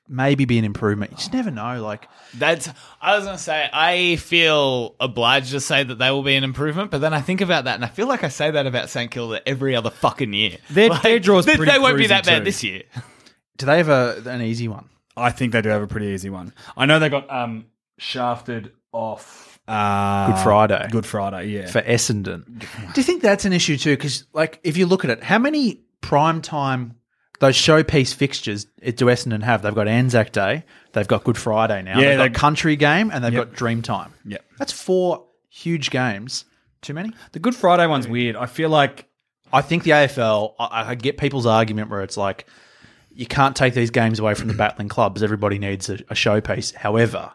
Speaker 1: maybe be an improvement. You just never know. Like,
Speaker 3: That's. I was gonna say I feel obliged to say that they will be an improvement, but then I think about that, and I feel like I say that about St Kilda every other fucking year.
Speaker 2: Their-
Speaker 3: like,
Speaker 2: their draw's
Speaker 3: they,
Speaker 2: pretty
Speaker 3: they won't be
Speaker 2: cruisy
Speaker 3: that bad
Speaker 2: too.
Speaker 3: this year.
Speaker 1: do they have a, an easy one?
Speaker 2: I think they do have a pretty easy one. I know they got um, shafted off uh,
Speaker 1: Good Friday.
Speaker 2: Good Friday. Yeah.
Speaker 1: for Essendon. Do you think that's an issue too? Because like, if you look at it, how many prime time those showpiece fixtures it- do Essendon have? They've got Anzac Day, they've got Good Friday now,
Speaker 2: Yeah,
Speaker 1: they've got
Speaker 2: they-
Speaker 1: Country Game, and they've
Speaker 2: Yep.
Speaker 1: got Dream Time.
Speaker 2: Yep.
Speaker 1: that's four huge games. Too many.
Speaker 2: the Good Friday one's weird. I feel like
Speaker 1: I think the AFL. I, I get people's argument where it's like, you can't take these games away from the battling clubs. Everybody needs a, a showpiece. However.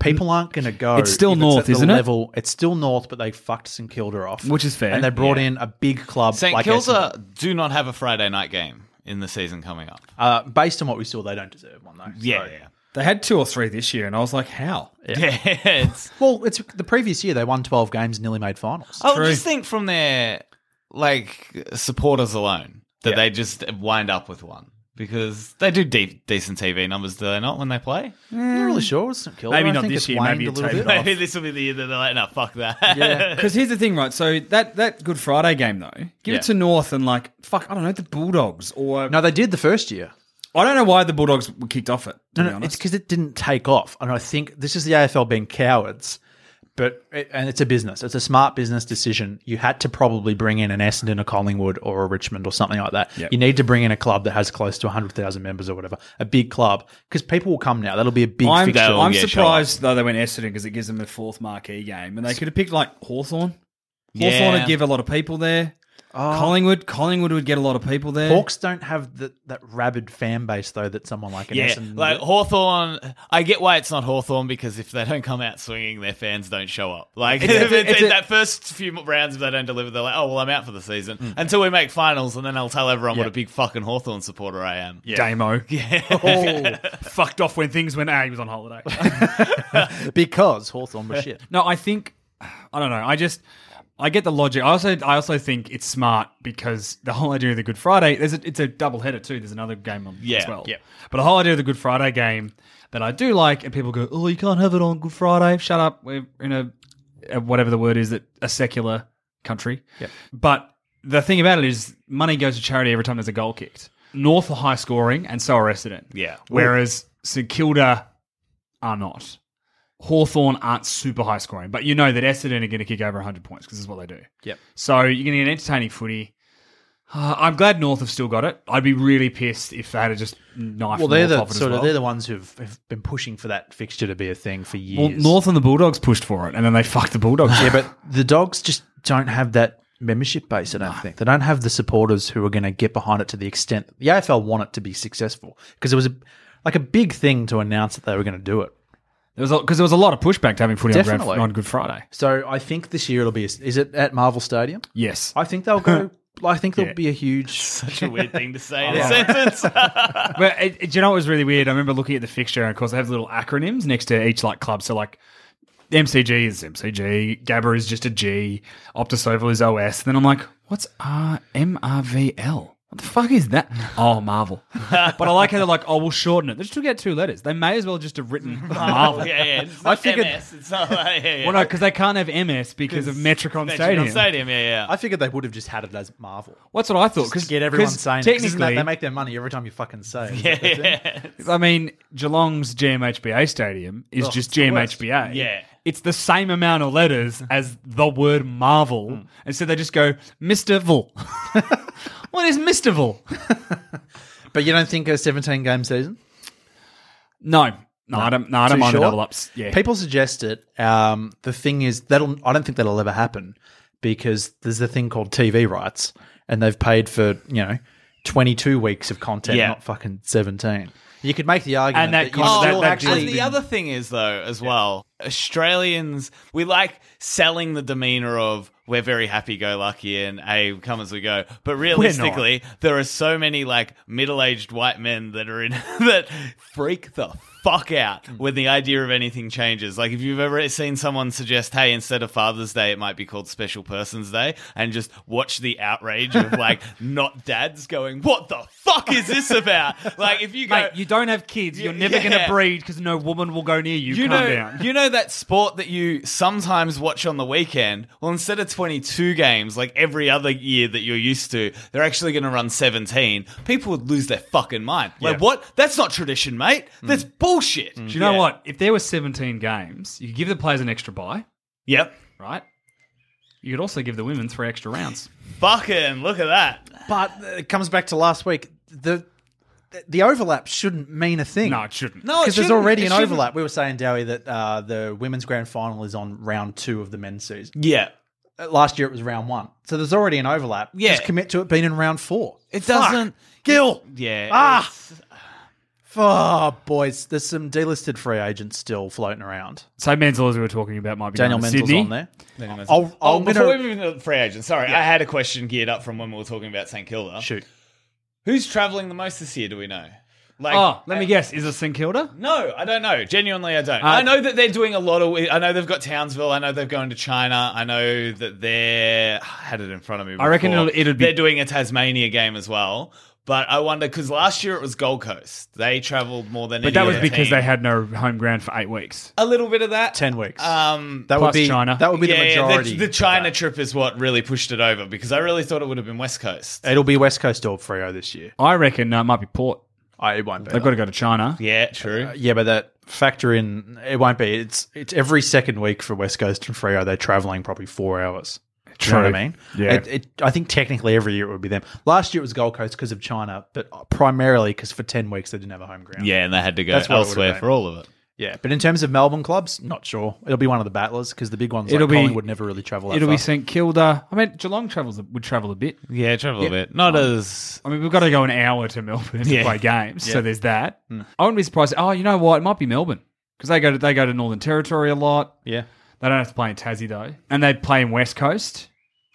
Speaker 1: People aren't going to go.
Speaker 2: It's still
Speaker 1: if at
Speaker 2: North,
Speaker 1: the
Speaker 2: isn't it?
Speaker 1: Level, it's still North, but they fucked St Kilda off,
Speaker 2: Which is fair.
Speaker 1: And they brought in a big club.
Speaker 3: St
Speaker 1: like Essendon.
Speaker 3: Kilda do not have a Friday night game in the season coming up.
Speaker 1: Uh, based on what we saw, they don't deserve one though. So-
Speaker 2: They had two or three this year, and I was like, how?
Speaker 3: yeah. it's,
Speaker 1: Well, it's the previous year they won twelve games and nearly made finals.
Speaker 3: I would
Speaker 2: True.
Speaker 3: just think from their like supporters alone that
Speaker 1: Yeah.
Speaker 3: they just wind up with one because they do de- decent TV numbers, do they not, when they play?
Speaker 1: I'm not really sure. It's St Kilda.
Speaker 2: Maybe
Speaker 1: I
Speaker 2: not
Speaker 1: think
Speaker 2: this
Speaker 1: it's
Speaker 2: year,
Speaker 1: waned
Speaker 2: maybe
Speaker 1: a
Speaker 2: it
Speaker 1: little
Speaker 2: tapers
Speaker 1: bit.
Speaker 2: off.
Speaker 3: Maybe this will be the year that they're like, no, fuck that.
Speaker 2: Because here's the thing, right? So that that Good Friday game though, give
Speaker 3: Yeah.
Speaker 2: it to North and like fuck, I don't know the Bulldogs or
Speaker 1: No, they did the first year.
Speaker 2: I don't know why the Bulldogs were kicked off it.
Speaker 1: No,
Speaker 2: To be
Speaker 1: no, it's
Speaker 2: honest,
Speaker 1: because it didn't take off, and I think this is the AFL being cowards. But it, and it's a business. It's a smart business decision. You had to probably bring in an Essendon, a Collingwood, or a Richmond, or something like that.
Speaker 2: Yep.
Speaker 1: You need to bring in a club that has close to hundred thousand members or whatever, a big club, because people will come now. That'll be a big
Speaker 2: I'm,
Speaker 1: fixture.
Speaker 2: I'm
Speaker 3: yeah, sure.
Speaker 2: surprised though they went Essendon because it gives them a fourth marquee game, and they could have picked like Hawthorn.
Speaker 3: Yeah.
Speaker 2: Hawthorn would give a lot of people there. Collingwood, Collingwood would get a lot of people there.
Speaker 1: Oh. Hawks don't have the, that rabid fan base though that someone like an
Speaker 3: Yeah,
Speaker 1: Essendon
Speaker 3: like Hawthorn. I get why it's not Hawthorn because if they don't come out swinging, their fans don't show up. Like
Speaker 2: It's-
Speaker 3: if
Speaker 2: it's-
Speaker 3: it's-
Speaker 2: it's-
Speaker 3: that first few rounds, if they don't deliver, they're like, "Oh well, I'm out for the season
Speaker 2: Mm.
Speaker 3: until we make finals, and then I'll tell everyone what a big fucking Hawthorn supporter I am." Yeah,
Speaker 2: Damo, yeah,
Speaker 1: Oh.
Speaker 2: fucked off when things went. Ah, he was on holiday. oh.
Speaker 1: because Hawthorn was shit.
Speaker 2: No, I think I don't know. I just I get the logic. I also I also think it's smart because the whole idea of the Good Friday there's a, it's a double header too. There's another game on
Speaker 3: Yeah,
Speaker 2: as well.
Speaker 3: yeah.
Speaker 2: But the whole idea of the Good Friday game that I do like, and people go, "Oh, you can't have it on Good Friday." Shut up. We're in a, a whatever the word is that a secular country. Yeah. But the thing about it is, money goes to charity every time there's a goal kicked. North are high scoring, and so are Essendon.
Speaker 3: Yeah.
Speaker 2: Whereas St Kilda are not. Hawthorn aren't super high scoring, but you know that Essendon are going to kick over 100 points because this is what they do.
Speaker 1: Yep.
Speaker 2: So you're going to get entertaining footy. Uh, I'm glad North have still got it. I'd be really pissed if they had to just knife
Speaker 1: Well, they're
Speaker 2: North
Speaker 1: the
Speaker 2: off it
Speaker 1: sort
Speaker 2: as
Speaker 1: of
Speaker 2: well.
Speaker 1: they're the ones who've, have been pushing for that fixture to be a thing for years.
Speaker 2: well, North and the Bulldogs pushed for it, and then they fucked the Bulldogs.
Speaker 1: yeah, but the dogs just don't have that membership base. I don't think they don't have the supporters who are going to get behind it to the extent the AFL want it to be successful because it was a, like a big thing to announce that they were going to do it.
Speaker 2: there was because there was a lot of pushback to having footy on, Grand,
Speaker 1: Definitely.
Speaker 2: on Good Friday.
Speaker 1: So I think this year it'll be. a- is it at Marvel Stadium?
Speaker 2: Yes,
Speaker 1: I think they'll go. I think there'll
Speaker 2: Yeah.
Speaker 1: be a huge.
Speaker 3: such a weird thing to say in a sentence.
Speaker 2: but it, it- do you know what was really weird? I remember looking at the fixture, and of course they have little acronyms next to each like club. So like MCG is MCG. Gabba is just a G. Optisoval is OS. Then I'm like, what's R M R V L? What the fuck is that? Oh, Marvel. but I like how they're like, oh, we'll shorten it. They just took out two letters. They may as well just have written Marvel.
Speaker 3: Oh, yeah, yeah. It's
Speaker 2: I
Speaker 3: not
Speaker 2: figured-
Speaker 3: MS. It's not like, yeah, yeah.
Speaker 2: Well, no, because they can't have MS because of Metricon,
Speaker 3: Metricon
Speaker 2: Stadium.
Speaker 3: Stadium, yeah, yeah.
Speaker 1: I figured they would have just had it as Marvel.
Speaker 2: That's what I thought.
Speaker 1: Just
Speaker 2: Because
Speaker 1: get everyone saying it, 'cause isn't that-
Speaker 2: technically,
Speaker 1: they make their money every time you fucking say it.
Speaker 3: yeah, yeah.
Speaker 2: I mean, Geelong's GMHBA Stadium is just
Speaker 1: it's the worst.
Speaker 2: GMHBA.
Speaker 3: Yeah.
Speaker 2: It's the same amount of letters as the word Marvel. And so they just go, Mr. Vol. what is Mr. Vol?
Speaker 1: But you don't think a 17 game season?
Speaker 2: No. No, I don't, no, I don't
Speaker 1: Too
Speaker 2: mind the
Speaker 1: short?
Speaker 2: double ups. Yeah.
Speaker 1: People suggest it. Um, the thing is, that'll I don't think that'll ever happen because there's a thing called TV rights, and they've paid for you know 22 weeks of content,
Speaker 3: Yeah.
Speaker 1: not fucking 17. You could make the argument
Speaker 2: And that
Speaker 1: you
Speaker 2: con-
Speaker 1: still
Speaker 2: that- that
Speaker 1: actually
Speaker 3: and Oh, the other thing is though, as well, Australians we like selling the demeanor of we're very happy-go-lucky and hey, come as we go. But realistically, there are so many like middle-aged white men that are in that freak the fuck out
Speaker 2: Mm.
Speaker 3: when the idea of anything changes. Like if you've ever seen someone suggest, hey, instead of Father's Day, it might be called Special Persons Day, and just watch the outrage of like not dads going, what the fuck is this about? Like if you go,
Speaker 2: Mate, you don't have kids. You're never going
Speaker 3: Yeah.
Speaker 2: to breed because no woman will go near you. Calm
Speaker 3: know,
Speaker 2: down.
Speaker 3: you know that sport that you sometimes watch on the weekend. Well, instead of 22 games like every other year that you're used to, they're actually going to run 17. People would lose their fucking mind. Like,
Speaker 2: Yeah. Mm.
Speaker 3: what? That's not tradition, mate. That's bullshit.
Speaker 2: Do you know
Speaker 3: Yeah.
Speaker 2: what? If there were 17 games, you could give the players an extra bye,
Speaker 3: Yep.
Speaker 2: right? You could also give the women three extra rounds.
Speaker 3: Fucking look at that.
Speaker 1: But it comes back to last week. The the overlap shouldn't mean a thing.
Speaker 2: No, it shouldn't.
Speaker 3: No, Oh, it
Speaker 1: because there's
Speaker 3: shouldn't-
Speaker 1: already
Speaker 3: it
Speaker 1: an
Speaker 3: shouldn't-
Speaker 1: overlap. We were saying, Dowie, that uh, the women's grand final is on round two of the men's season.
Speaker 3: Yeah.
Speaker 1: Uh, Last year it was round one, so there's already an overlap.
Speaker 3: Yeah.
Speaker 1: Just commit to it being in round four.
Speaker 3: It
Speaker 1: Fuck.
Speaker 3: doesn't-
Speaker 1: Gil.
Speaker 3: Yeah.
Speaker 1: Ah!
Speaker 3: it's-
Speaker 1: Oh, boys, there's some delisted free agents still floating around.
Speaker 2: So Menzel, as we were talking about, might be
Speaker 1: Daniel
Speaker 2: going to
Speaker 1: Menzel's
Speaker 2: Sydney.
Speaker 1: on there.
Speaker 3: Menzel.
Speaker 1: I'll, I'll
Speaker 3: Oh,
Speaker 1: I'm gonna-
Speaker 3: before we move into the free agent, sorry, I had a question geared up from when we were talking about St Kilda.
Speaker 1: shoot.
Speaker 3: Who's traveling the most this year? Do we know? Like,
Speaker 2: Oh, let me guess. Is it St Kilda?
Speaker 3: No, I don't know. Genuinely, I don't. I know that they're doing a lot of. I know they've got Townsville. I know they've gone to China. I know that they're. I had it in front of me. Before.
Speaker 2: I reckon it'll- it'll be-
Speaker 3: They're doing a Tasmania game as well. But I wonder because last year it was Gold Coast. They travelled more than.
Speaker 2: But
Speaker 3: any
Speaker 2: that was
Speaker 3: other
Speaker 2: because
Speaker 3: team.
Speaker 2: they had no home ground for eight weeks.
Speaker 3: a little bit of that.
Speaker 1: Ten weeks.
Speaker 3: Um,
Speaker 1: that would
Speaker 2: plus
Speaker 1: be
Speaker 2: China.
Speaker 1: That would be
Speaker 3: yeah,
Speaker 1: the
Speaker 3: yeah,
Speaker 1: majority.
Speaker 3: the China trip is what really pushed it over because I really thought it would have been West Coast.
Speaker 1: It'll be West Coast or Frio this year.
Speaker 2: I reckon uh, it might be Port.
Speaker 1: I, it won't be.
Speaker 2: They've got to go to China.
Speaker 3: Yeah, true.
Speaker 1: uh, Yeah, but that factor in it won't be. It's it's every second week for West Coast and Freo. They're traveling probably four hours. Do you know what
Speaker 2: True.
Speaker 1: I mean?
Speaker 2: Yeah.
Speaker 1: It, it, I think technically every year it would be them. Last year it was Gold Coast because of China, but primarily because for ten weeks they didn't have a home ground.
Speaker 3: yeah, and they had to go
Speaker 1: That's what it would have
Speaker 3: elsewhere
Speaker 1: been.
Speaker 3: for all of it.
Speaker 1: yeah. But in terms of Melbourne clubs, not sure. It'll be one of the battlers because the big ones
Speaker 2: It'll
Speaker 1: like
Speaker 2: be-
Speaker 1: Collingwood never really travel. That
Speaker 2: It'll
Speaker 1: far.
Speaker 2: be St Kilda. I mean, Geelong travels would travel a bit.
Speaker 3: Yeah, Um, travel a bit. Not as
Speaker 2: I mean, we've got to go an hour to Melbourne to
Speaker 3: Yeah. Hmm.
Speaker 2: play games. So there's that. I wouldn't be surprised. Oh, you know what? It might be Melbourne because they go to they go to Northern Territory a lot.
Speaker 1: yeah.
Speaker 2: They don't have to play in Tassie though, and they play in West Coast.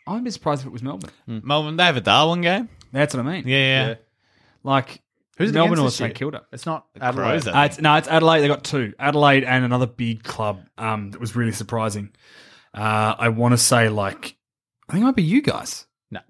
Speaker 2: I wouldn't be surprised if it was Melbourne.
Speaker 3: Melbourne. They have a Darwin game.
Speaker 2: That's what I mean.
Speaker 3: Yeah, yeah.
Speaker 1: Yeah.
Speaker 2: Like
Speaker 1: Who's it
Speaker 2: Melbourne
Speaker 1: against
Speaker 2: or
Speaker 1: this
Speaker 2: St
Speaker 1: year?
Speaker 2: Kilda?
Speaker 1: It's not Adelaide.
Speaker 3: Crows, I
Speaker 2: Uh, it's, no, it's Adelaide. They got two Adelaide and another big club um, that was really surprising. Uh, I want to say like I think it might be you guys.
Speaker 1: No.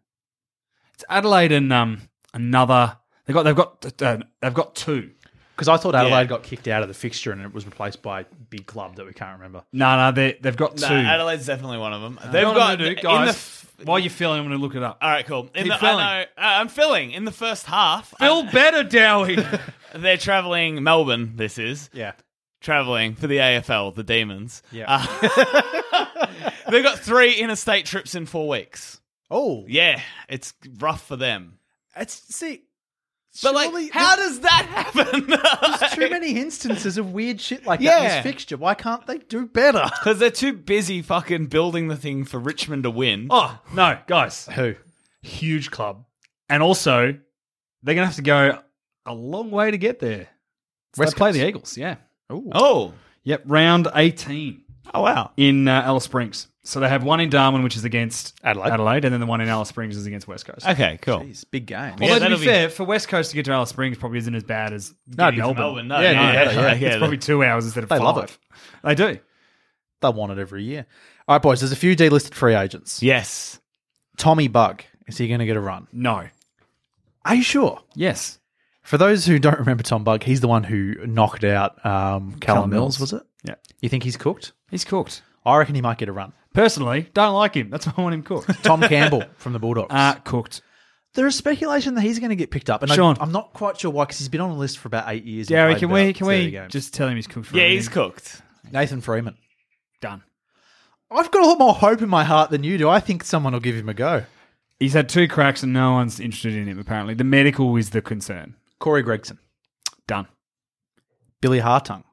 Speaker 2: it's Adelaide and um, another. They got they've got uh, they've got two.
Speaker 1: Because I thought Adelaide
Speaker 3: Yeah.
Speaker 1: got kicked out of the fixture and it was replaced by a big club that we can't remember.
Speaker 2: No, no, they they've got
Speaker 3: Nah,
Speaker 2: two.
Speaker 3: Adelaide's definitely one of them. They've
Speaker 2: You know what
Speaker 3: got
Speaker 2: I'm gonna do,
Speaker 3: in
Speaker 2: guys.
Speaker 3: the. F-
Speaker 2: while you're filling, I'm going to look it up.
Speaker 3: all right, cool. In
Speaker 2: Keep
Speaker 3: the,
Speaker 2: filling.
Speaker 3: I know, uh, I'm filling in the first half.
Speaker 2: Feel better, Dowie.
Speaker 3: I- they're traveling Melbourne. This is
Speaker 1: Yeah.
Speaker 3: traveling for the AFL, the Demons.
Speaker 1: Yeah.
Speaker 2: Ah.
Speaker 3: They've got three interstate trips in four weeks.
Speaker 1: oh.
Speaker 3: Yeah, it's rough for them.
Speaker 1: It's see.
Speaker 3: But
Speaker 1: surely
Speaker 3: like, how does that happen?
Speaker 1: There's too many instances of weird shit like that
Speaker 3: Yeah.
Speaker 1: in this fixture. Why can't they do better?
Speaker 3: Because they're too busy fucking building the thing for Richmond to win.
Speaker 2: oh no, guys,
Speaker 1: Who?
Speaker 2: huge club, and also they're going to have to go a long way to get there. So
Speaker 1: West
Speaker 2: they play
Speaker 1: Coast.
Speaker 2: the Eagles. Yeah.
Speaker 3: oh,
Speaker 2: Yep. Round 18
Speaker 3: oh wow.
Speaker 2: in uh, Alice Springs. So they have one in Darwin, which is against
Speaker 1: Adelaide.
Speaker 2: Adelaide, and then the one in Alice Springs is against West Coast.
Speaker 3: Okay, cool.
Speaker 1: It's big game.
Speaker 3: Yeah,
Speaker 2: Although to
Speaker 3: that'll
Speaker 2: be
Speaker 3: be-
Speaker 2: fair, for West Coast to get to Alice Springs probably isn't as bad as
Speaker 1: it'd
Speaker 2: getting
Speaker 1: be
Speaker 2: Melbourne.
Speaker 3: Melbourne, no,
Speaker 2: yeah,
Speaker 3: no,
Speaker 2: yeah,
Speaker 3: yeah,
Speaker 2: yeah.
Speaker 3: yeah.
Speaker 2: it's probably two hours instead of
Speaker 1: They
Speaker 2: five.
Speaker 1: love it.
Speaker 2: They do.
Speaker 1: They want it every year. All right, boys. There's a few delisted free agents.
Speaker 3: Yes.
Speaker 1: Tommy Bug. Is he going to get a run?
Speaker 2: No.
Speaker 1: Are you sure?
Speaker 2: Yes.
Speaker 1: For those who don't remember Tom Bug, he's the one who knocked out um, Callum, Mills,
Speaker 2: Mills.
Speaker 1: was it?
Speaker 2: Yeah.
Speaker 1: You think he's cooked?
Speaker 2: He's cooked.
Speaker 1: I reckon he might get a run.
Speaker 2: Personally, don't like him. That's why I want him cooked.
Speaker 1: Tom Campbell from the Bulldogs.
Speaker 2: uh, cooked.
Speaker 1: there is speculation that he's going to get picked up, and
Speaker 2: Sean.
Speaker 1: I, am not quite sure why because he's been on the list for about eight years. and
Speaker 2: Gary,
Speaker 1: played
Speaker 2: can
Speaker 1: about
Speaker 2: we can
Speaker 1: 30
Speaker 2: we
Speaker 1: games.
Speaker 2: just tell him he's cooked? For
Speaker 3: Yeah, he's
Speaker 2: everything?
Speaker 3: cooked.
Speaker 1: Nathan Freeman?
Speaker 2: done.
Speaker 1: I've got a lot more hope in my heart than you do. I think someone will give him a go.
Speaker 2: He's had two cracks and no one's interested in him. Apparently, the medical is the concern.
Speaker 1: Corey Gregson,
Speaker 2: Done.
Speaker 1: Billy Hartung.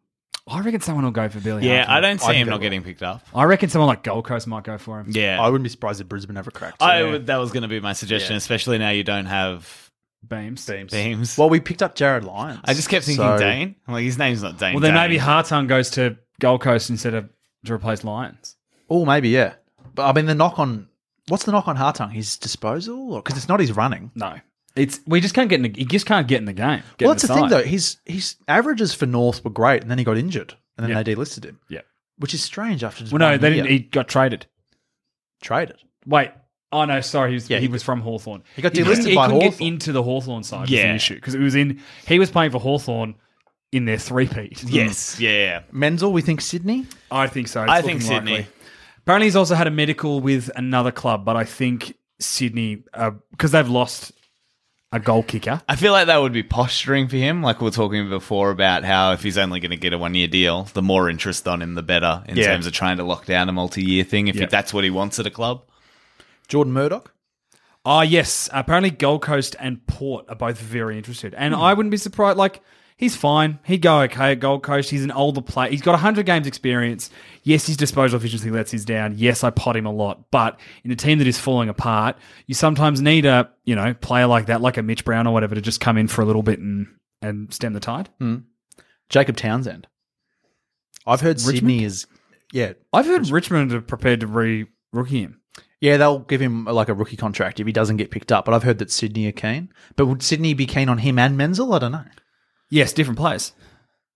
Speaker 2: I reckon someone will go for Billy.
Speaker 3: Yeah,
Speaker 2: Hartman.
Speaker 3: I don't see
Speaker 1: I'd
Speaker 3: him
Speaker 1: go
Speaker 3: not
Speaker 1: with
Speaker 3: getting picked up.
Speaker 2: I reckon someone like Gold Coast might go for him.
Speaker 3: Yeah.
Speaker 1: I wouldn't be surprised if Brisbane ever cracked.
Speaker 3: I
Speaker 1: it.
Speaker 3: would, that was going to be my suggestion, especially now you don't have
Speaker 2: Beams.
Speaker 3: Beams.
Speaker 1: Well, we picked up Jared Lyons.
Speaker 3: I just kept thinking
Speaker 1: So-
Speaker 3: Dane. I'm like his name's not Dane.
Speaker 2: Well, then
Speaker 3: Dane.
Speaker 2: maybe Hartung goes to Gold Coast instead of to replace Lions.
Speaker 1: Oh, maybe yeah. But I mean, the knock on what's the knock on Hartung? His disposal, because it's not his running.
Speaker 2: No, it's we just can't get in. The, he just can't get in the game. Get
Speaker 1: well,
Speaker 2: in
Speaker 1: that's the, thing
Speaker 2: side.
Speaker 1: though. His his averages for North were great, and then he got injured, and then
Speaker 2: Yeah.
Speaker 1: they delisted him.
Speaker 2: Yeah.
Speaker 1: which is strange after. Just
Speaker 2: Well, no,
Speaker 1: one
Speaker 2: they
Speaker 1: year.
Speaker 2: didn't. He got traded.
Speaker 1: traded.
Speaker 2: Wait. Oh no, sorry. He was,
Speaker 1: Yeah,
Speaker 2: he,
Speaker 1: he-
Speaker 2: was from Hawthorn.
Speaker 1: He got delisted
Speaker 2: couldn't- he
Speaker 1: by
Speaker 2: couldn't get
Speaker 1: Hawthorn.
Speaker 2: into the Hawthorn side. Yeah, was
Speaker 3: Yeah.
Speaker 2: the issue because it was in. He was playing for Hawthorn in their three peat.
Speaker 3: Yes. Hmm. Yeah. yeah.
Speaker 1: Menzel, we think Sydney.
Speaker 2: I think so. It's
Speaker 3: I think
Speaker 2: looking
Speaker 3: Sydney.
Speaker 2: likely. Apparently, he's also had a medical with another club, but I think Sydney because they've lost a goal kicker.
Speaker 3: I feel like that would be posturing for him, like we were talking before about how if he's only going to get a one year deal, the more interest on him, the better in
Speaker 2: Yeah.
Speaker 3: terms of trying to lock down a multi year thing. If
Speaker 2: Yeah.
Speaker 3: that's what he wants at a club,
Speaker 1: Jordan Murdoch.
Speaker 2: Ah, yes. Apparently, Gold Coast and Port are both very interested, and I wouldn't be surprised. Like, he's fine. He'd go okay at Gold Coast. He's an older player. He's got hundred games experience. Yes, his disposal efficiency lets his down. Yes, I pot him a lot, but in a team that is falling apart, you sometimes need a you know player like that, like a Mitch Brown or whatever, to just come in for a little bit and and stem the tide.
Speaker 1: Jacob Townsend. I've heard Sydney is yeah.
Speaker 2: I've heard Richmond are prepared to re rookie him.
Speaker 1: Yeah, they'll give him like a rookie contract if he doesn't get picked up. But I've heard that Sydney are keen. But would Sydney be keen on him and Menzel? I don't know.
Speaker 2: Yes, different players.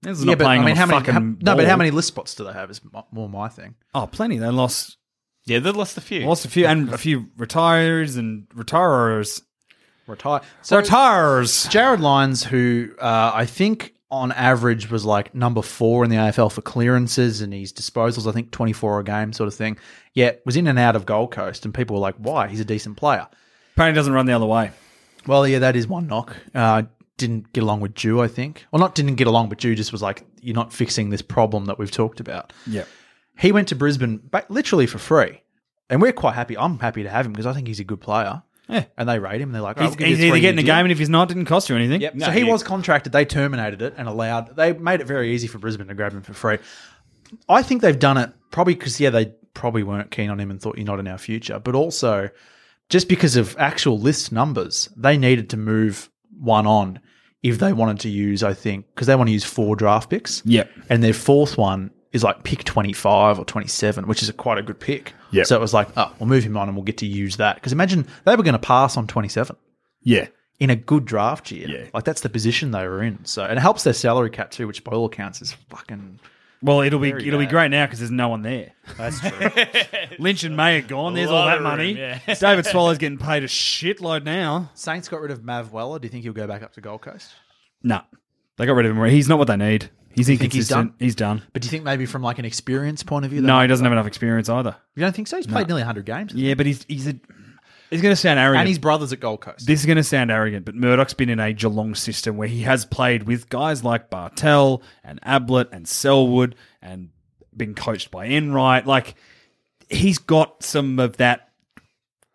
Speaker 2: This is
Speaker 1: yeah,
Speaker 2: not
Speaker 1: but
Speaker 2: playing
Speaker 1: I mean,
Speaker 2: on
Speaker 1: how
Speaker 2: a
Speaker 1: many?
Speaker 2: fucking
Speaker 1: how- no, but how
Speaker 2: ball.
Speaker 1: many list spots do they have? Is m- more my thing.
Speaker 2: Oh, plenty. They lost
Speaker 3: yeah, they've lost a few.
Speaker 2: Lost a few and a few retires and retirers.
Speaker 1: Retire. So
Speaker 2: Retirers.
Speaker 1: Jared Lyons, who uh, I think on average was like number four in the AFL for clearances and his disposals, I think 24 a game sort of thing, yet was in and out of Gold Coast, and people were like, why? He's a decent player.
Speaker 2: Apparently doesn't run the other way.
Speaker 1: Well, yeah, that is one knock. Uh, didn't get along with Jew, I think. Well, not didn't get along, but Jew just was like, you're not fixing this problem that we've talked about.
Speaker 2: Yeah.
Speaker 1: He went to Brisbane ba- literally for free. And we're quite happy. I'm happy to have him because I think he's a good player.
Speaker 2: Yeah.
Speaker 1: And they rate him. They're like, oh,
Speaker 2: He's,
Speaker 1: we'll give you
Speaker 2: he's either
Speaker 1: three-year
Speaker 2: getting a
Speaker 1: deal.
Speaker 2: game and if he's not, it didn't cost you anything.
Speaker 1: Yep.
Speaker 3: No,
Speaker 1: so he
Speaker 3: you-
Speaker 1: was contracted. They terminated it and allowed. They made it very easy for Brisbane to grab him for free. I think they've done it probably because yeah, they probably weren't keen on him and thought you're not in our future. But also, just because of actual list numbers, they needed to move one on if they wanted to use. I think because they want to use four draft picks.
Speaker 2: Yep.
Speaker 1: and their fourth one is like pick 25 or 27 which is a quite a good pick
Speaker 2: Yep.
Speaker 1: so it was like oh we'll move him on and we'll get to use that because imagine they were going to pass on 27
Speaker 2: Yeah.
Speaker 1: in a good draft year.
Speaker 2: Yeah.
Speaker 1: Like that's the position they were in. So and it helps their salary cap too, which by all accounts is fucking
Speaker 2: Well, it'll be
Speaker 1: Very
Speaker 2: it'll be
Speaker 1: bad.
Speaker 2: great now because there's no one there.
Speaker 1: that's true.
Speaker 2: Lynch and May are gone. There's all
Speaker 3: lot
Speaker 2: that
Speaker 3: of
Speaker 2: money.
Speaker 3: room,
Speaker 2: David Swallow's getting paid a shitload now.
Speaker 1: Saints got rid of Mav Weller. Do you think he'll go back up to Gold Coast?
Speaker 2: No. They got rid of him. He's not what they need. He's
Speaker 1: think
Speaker 2: inconsistent.
Speaker 1: he's
Speaker 2: He's done.
Speaker 1: But do you think maybe from like an experience point of view? they
Speaker 2: No,
Speaker 1: might-
Speaker 2: he doesn't have enough experience either.
Speaker 1: you don't think so? He's played nearly 100 games.
Speaker 2: Yeah, but he's he's a he's going to sound arrogant.
Speaker 1: And his brother's at Gold Coast.
Speaker 2: This is going to sound arrogant, but Murdoch's been in a Geelong system where he has played with guys like Bartell and Ablett and Selwood and been coached by Enright. Like, he's got some of that,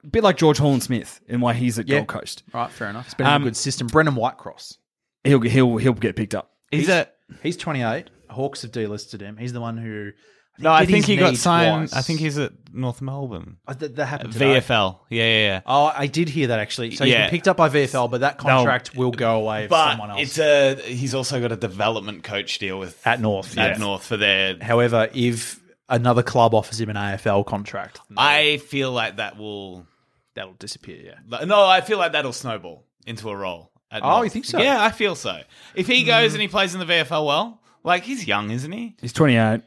Speaker 2: a bit like George Holland Smith and why he's at
Speaker 1: Yeah.
Speaker 2: Gold Coast.
Speaker 1: right, fair enough. It's been
Speaker 2: Um,
Speaker 1: a good system. Brendan Whitecross.
Speaker 2: He'll, he'll, he'll get picked up.
Speaker 1: He's,
Speaker 3: He's a-
Speaker 1: he's 28. Hawks have delisted him. He's the one who
Speaker 3: no, I
Speaker 1: did
Speaker 3: think
Speaker 1: his
Speaker 3: he
Speaker 1: knee
Speaker 3: got signed.
Speaker 1: twice.
Speaker 3: I think he's at North Melbourne.
Speaker 1: Oh, that, that happened today.
Speaker 3: VFL. Yeah, yeah, yeah.
Speaker 1: Oh, I did hear that actually. So he's
Speaker 3: Yeah.
Speaker 1: been picked up by VFL, but that contract will go away if someone
Speaker 3: But
Speaker 1: else.
Speaker 3: it's a he's also got a development coach deal with
Speaker 1: at North.
Speaker 3: at North for their
Speaker 1: However, if another club offers him an AFL contract,
Speaker 3: I feel like that will.
Speaker 1: that'll disappear. Yeah.
Speaker 3: No, I feel like that'll snowball into a role. at
Speaker 1: Oh,
Speaker 3: North.
Speaker 1: you think so?
Speaker 3: Yeah, I feel so. If he goes and he plays in the VFL well, like he's young, isn't he?
Speaker 2: He's 28.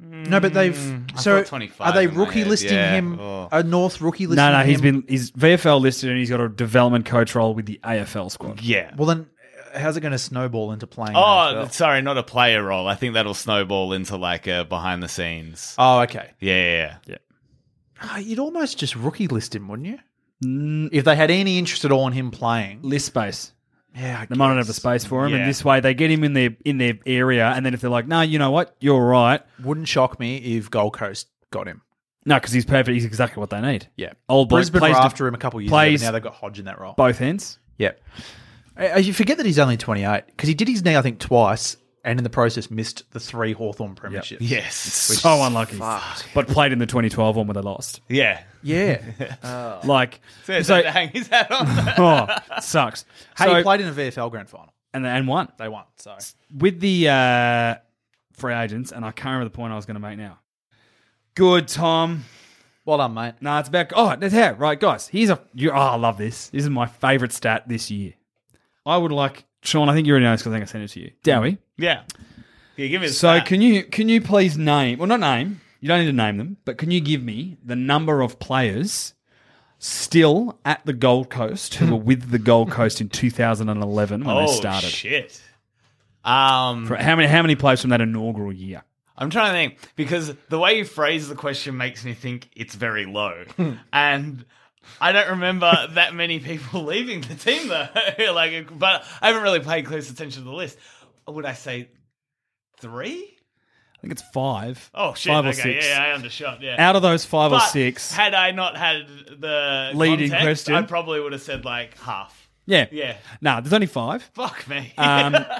Speaker 3: Mm,
Speaker 1: No, but they've so
Speaker 3: thought 25
Speaker 1: are they
Speaker 3: in my
Speaker 1: rookie
Speaker 3: head,
Speaker 1: listing
Speaker 3: yeah.
Speaker 1: him?
Speaker 3: Oh.
Speaker 1: A North rookie listing?
Speaker 2: No, no, he's
Speaker 1: him?
Speaker 2: been he's VFL listed and he's got a development coach role with the AFL squad.
Speaker 3: Yeah.
Speaker 1: Well, then uh, how's it going to snowball into playing?
Speaker 3: Oh,
Speaker 1: AFL?
Speaker 3: sorry, not a player role. I think that'll snowball into like a behind the scenes.
Speaker 1: oh, okay.
Speaker 3: Yeah, yeah, yeah.
Speaker 1: Oh, you'd almost just rookie list him, wouldn't you?
Speaker 2: Mm,
Speaker 1: If they had any interest at all in him playing,
Speaker 2: list space.
Speaker 1: yeah, I
Speaker 2: They might not have a space for him,
Speaker 3: Yeah.
Speaker 2: and this way they get him in their in their area. And then if they're like, "No, you know what? You're all right,"
Speaker 1: wouldn't shock me if Gold Coast got him.
Speaker 2: no, because he's perfect. He's exactly what they need.
Speaker 1: Yeah,
Speaker 2: Old bloke
Speaker 1: Brisbane were
Speaker 2: plays def-
Speaker 1: after him a couple of years
Speaker 2: plays-
Speaker 1: ago. but Now they got Hodge in that role.
Speaker 2: both ends.
Speaker 1: Yeah. Uh, You forget that he's only 28 because he did his knee, I think, twice and in the process missed the three Hawthorn premierships.
Speaker 3: Yes.
Speaker 2: So unlucky, but played in the 2012 one where they lost.
Speaker 3: Yeah.
Speaker 1: Yeah. Oh.
Speaker 2: Like,
Speaker 3: So, he's
Speaker 2: so-
Speaker 3: had to hang his hat on.
Speaker 2: oh, sucks.
Speaker 1: hey,
Speaker 2: so,
Speaker 1: he played in a VFL grand final.
Speaker 2: and and won
Speaker 1: They won. So
Speaker 2: with the uh, free agents. And I can't remember the point I was going to make now. Good, Tom.
Speaker 1: well done, mate.
Speaker 2: No, it's back. Oh, that's how. Right, guys. Here's a. You, oh, I love this. This is my favorite stat this year. I would like Sean. I think you already know this because I think I sent it to you. Dowie.
Speaker 3: yeah. Yeah, give me the
Speaker 2: So
Speaker 3: stat.
Speaker 2: can you can you please name? Well, not name. You don't need to name them, but can you give me the number of players still at the Gold Coast who were with the Gold Coast in 2011 when
Speaker 3: oh,
Speaker 2: they started?
Speaker 3: shit. Um,
Speaker 2: For- How many how many players from that inaugural year?
Speaker 3: I'm trying to think because the way you phrase the question makes me think it's very low,
Speaker 2: Hmm.
Speaker 3: and I don't remember that many people leaving the team though. like, but I haven't really paid close attention to the list. Would I say three?
Speaker 2: I think it's five.
Speaker 3: Oh shit!
Speaker 2: Five or
Speaker 3: okay,
Speaker 2: six.
Speaker 3: yeah, yeah, I undershot. Yeah,
Speaker 2: Out of those five or
Speaker 3: But
Speaker 2: six,
Speaker 3: Had I not had the
Speaker 2: Leading
Speaker 3: context,
Speaker 2: question.
Speaker 3: I probably would have said like half.
Speaker 2: yeah,
Speaker 3: Yeah.
Speaker 2: Nah, there's only five.
Speaker 3: Fuck me.
Speaker 2: Um,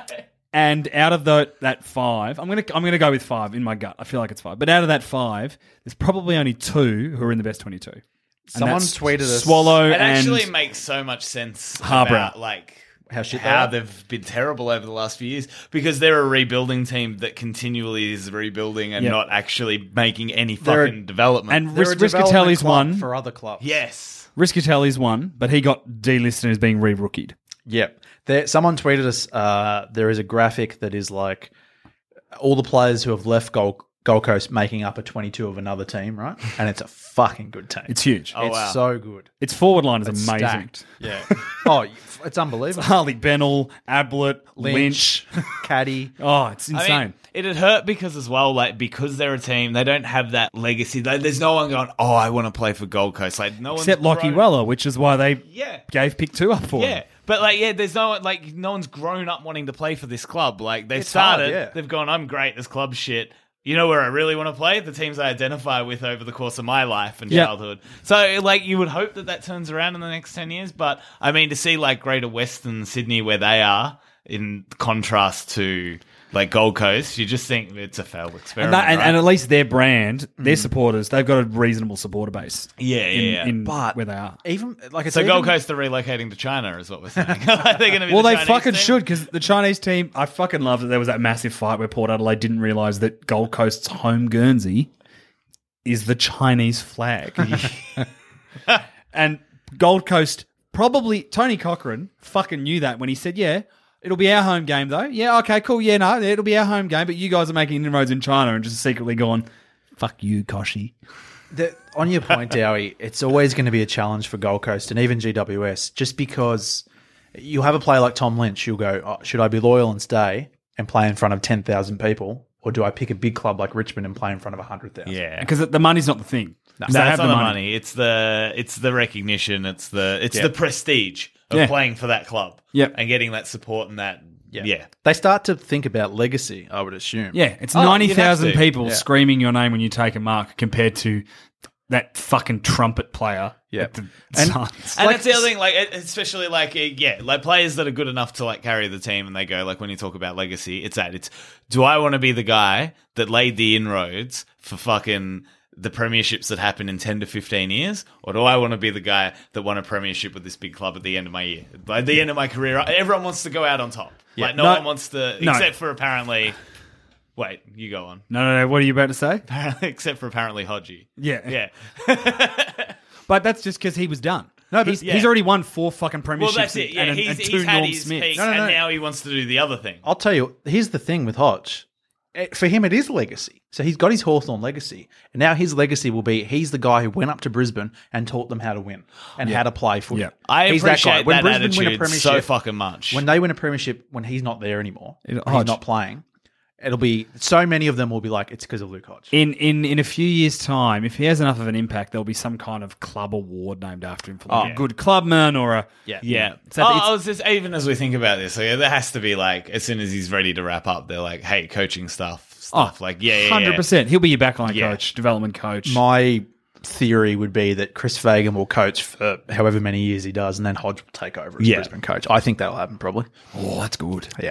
Speaker 2: And out of the, that five, I'm gonna I'm gonna go with five in my gut. I feel like it's five. But out of that five, there's probably only two who are in the best 22. And
Speaker 1: Someone
Speaker 2: that's
Speaker 1: tweeted us-
Speaker 2: Swallow
Speaker 3: it
Speaker 2: and
Speaker 3: actually makes so much sense
Speaker 2: Harbour.
Speaker 3: about like
Speaker 1: How shit they
Speaker 3: how
Speaker 1: are.
Speaker 3: they've been terrible over the last few years because they're a rebuilding team that continually is rebuilding and
Speaker 2: Yeah.
Speaker 3: not actually making any
Speaker 1: They're a-
Speaker 3: fucking development.
Speaker 2: and
Speaker 1: They're a
Speaker 2: Ris-
Speaker 1: development
Speaker 2: Riscatelli's
Speaker 1: club
Speaker 2: one.
Speaker 1: for other clubs.
Speaker 3: yes,
Speaker 2: Riscatelli's one, but he got delisted as being re-rookied.
Speaker 1: Yep. There, someone tweeted us. Uh, there is a graphic that is like all the players who have left Gold, Gold Coast making up a 22 of another team, right? And it's a fucking good team.
Speaker 2: It's huge.
Speaker 3: Oh,
Speaker 1: it's
Speaker 3: wow.
Speaker 1: so good.
Speaker 2: Its forward line is amazing.
Speaker 1: Stacked. Yeah. oh, it's unbelievable.
Speaker 2: Harley Bennell, Ablett, Lynch.
Speaker 1: Lynch, Caddy.
Speaker 2: Oh, it's
Speaker 3: I
Speaker 2: insane.
Speaker 3: mean, it'd hurt because as well, like because they're a team, they don't have that legacy. Like, there's no one going, "Oh, I want to play for Gold Coast." Like no one
Speaker 2: Except Lockie Weller, which is why they
Speaker 3: Yeah.
Speaker 2: gave pick two up for
Speaker 3: Yeah,
Speaker 2: him.
Speaker 3: but like, yeah, there's no like no one's grown up wanting to play for this club. Like they've
Speaker 1: It's hard,
Speaker 3: started,
Speaker 1: yeah.
Speaker 3: they've gone, I'm great. This club shit. You know where I really want to play? The teams I identify with over the course of my life and
Speaker 2: Yeah.
Speaker 3: childhood. So, like, you would hope that that turns around in the next 10 years. But, I mean, to see, like, Greater Western Sydney where they are in contrast to, like, Gold Coast, you just think it's a failed experiment.
Speaker 2: And, that, and,
Speaker 3: right?
Speaker 2: and at least their brand,
Speaker 1: Mm.
Speaker 2: their supporters, they've got a reasonable supporter base.
Speaker 3: yeah,
Speaker 2: in,
Speaker 3: yeah. yeah.
Speaker 2: in
Speaker 1: But-
Speaker 2: where they are.
Speaker 1: Even like it's
Speaker 3: so,
Speaker 1: even,
Speaker 3: Gold Coast are relocating to China, is what we're saying. Like, they're gonna be
Speaker 2: Well,
Speaker 3: the
Speaker 2: they
Speaker 3: Chinese
Speaker 2: fucking
Speaker 3: team.
Speaker 2: should because the Chinese team. I fucking love that there was that massive fight where Port Adelaide didn't realize that Gold Coast's home Guernsey is the Chinese flag, and Gold Coast probably Tony Cochran fucking knew that when he said, "Yeah, it'll be our home game though." Yeah, okay, cool. Yeah, no, it'll be our home game, but you guys are making inroads in China and just secretly gone, "Fuck you, Koshi."
Speaker 1: The, on your point, Dowie, it's always going to be a challenge for Gold Coast and even GWS, just because you'll have a player like Tom Lynch. You'll go, oh, should I be loyal and stay and play in front of ten thousand people, or do I pick a big club like Richmond and play in front of hundred thousand?
Speaker 3: Yeah.
Speaker 2: Because the money's not the thing. They
Speaker 3: That's
Speaker 2: have
Speaker 3: not the money. It's the it's the recognition. It's the it's the prestige of
Speaker 2: Yeah.
Speaker 3: playing for that club.
Speaker 2: Yep.
Speaker 3: and getting that support and that. Yeah,
Speaker 1: They start to think about legacy. I would assume.
Speaker 2: Yeah, it's
Speaker 3: Oh, you'd have
Speaker 2: 90,000
Speaker 3: to.
Speaker 2: people
Speaker 1: Yeah.
Speaker 2: screaming your name when you take a mark compared to that fucking trumpet player.
Speaker 1: Yeah.
Speaker 2: at the
Speaker 1: And-
Speaker 2: Suns.
Speaker 3: and that's the other thing. Like it- especially like uh, yeah, like players that are good enough to like carry the team, and they go like when you talk about legacy, it's that. It's do I want to be the guy that laid the inroads for fucking. The premierships that happen in ten to fifteen years, or do I want to be the guy that won a premiership with this big club at the end of my year, by the end of my career? Everyone wants to go out on top. Like no,
Speaker 2: No-
Speaker 3: one wants to,
Speaker 2: no.
Speaker 3: except for apparently Wait, you go on.
Speaker 2: No, no, no. What are you about to say?
Speaker 3: Except for apparently Hodgie.
Speaker 2: Yeah.
Speaker 3: Yeah.
Speaker 2: But that's just because he was done.
Speaker 1: No, but-
Speaker 2: he's,
Speaker 3: yeah.
Speaker 2: he's already won four fucking premierships
Speaker 3: Well, that's it. Yeah,
Speaker 2: and, and,
Speaker 3: he's,
Speaker 2: and two
Speaker 3: he's had
Speaker 2: Norm
Speaker 3: his
Speaker 2: Smiths.
Speaker 3: peak,
Speaker 1: no,
Speaker 3: and
Speaker 1: no.
Speaker 3: now he wants to do the other thing.
Speaker 1: I'll tell you. Here's the thing with Hodge. eh, for him, it is legacy. So he's got his Hawthorn legacy. And now his legacy will be he's the guy who went up to Brisbane and taught them how to win and how to play footy.
Speaker 2: Yeah.
Speaker 3: I
Speaker 1: He's
Speaker 3: appreciate that,
Speaker 1: win a
Speaker 3: attitude so fucking much.
Speaker 1: when they win a premiership, when he's not there anymore,
Speaker 2: It-
Speaker 1: when
Speaker 2: Hodge.
Speaker 1: he's not playing, it'll be so many of them will be like, it's because of Luke Hodge.
Speaker 2: In, in in a few years' time, if he has enough of an impact, there'll be some kind of club award named after him for like
Speaker 1: Oh.
Speaker 2: a good clubman or a
Speaker 1: Yeah.
Speaker 3: yeah.
Speaker 2: So
Speaker 3: oh,
Speaker 2: it's-
Speaker 3: I was just even as we think about this, like, there has to be like as soon as he's ready to wrap up, they're like, "Hey, coaching stuff, stuff oh, like yeah, yeah,
Speaker 2: hundred
Speaker 3: yeah.
Speaker 2: percent. He'll be your backline
Speaker 3: Yeah.
Speaker 2: coach, development coach.
Speaker 1: My theory would be that Chris Fagan will coach for however many years he does, and then Hodge will take over as
Speaker 3: Yeah.
Speaker 1: Brisbane coach. I think that'll happen probably.
Speaker 2: oh, that's good.
Speaker 1: Yeah.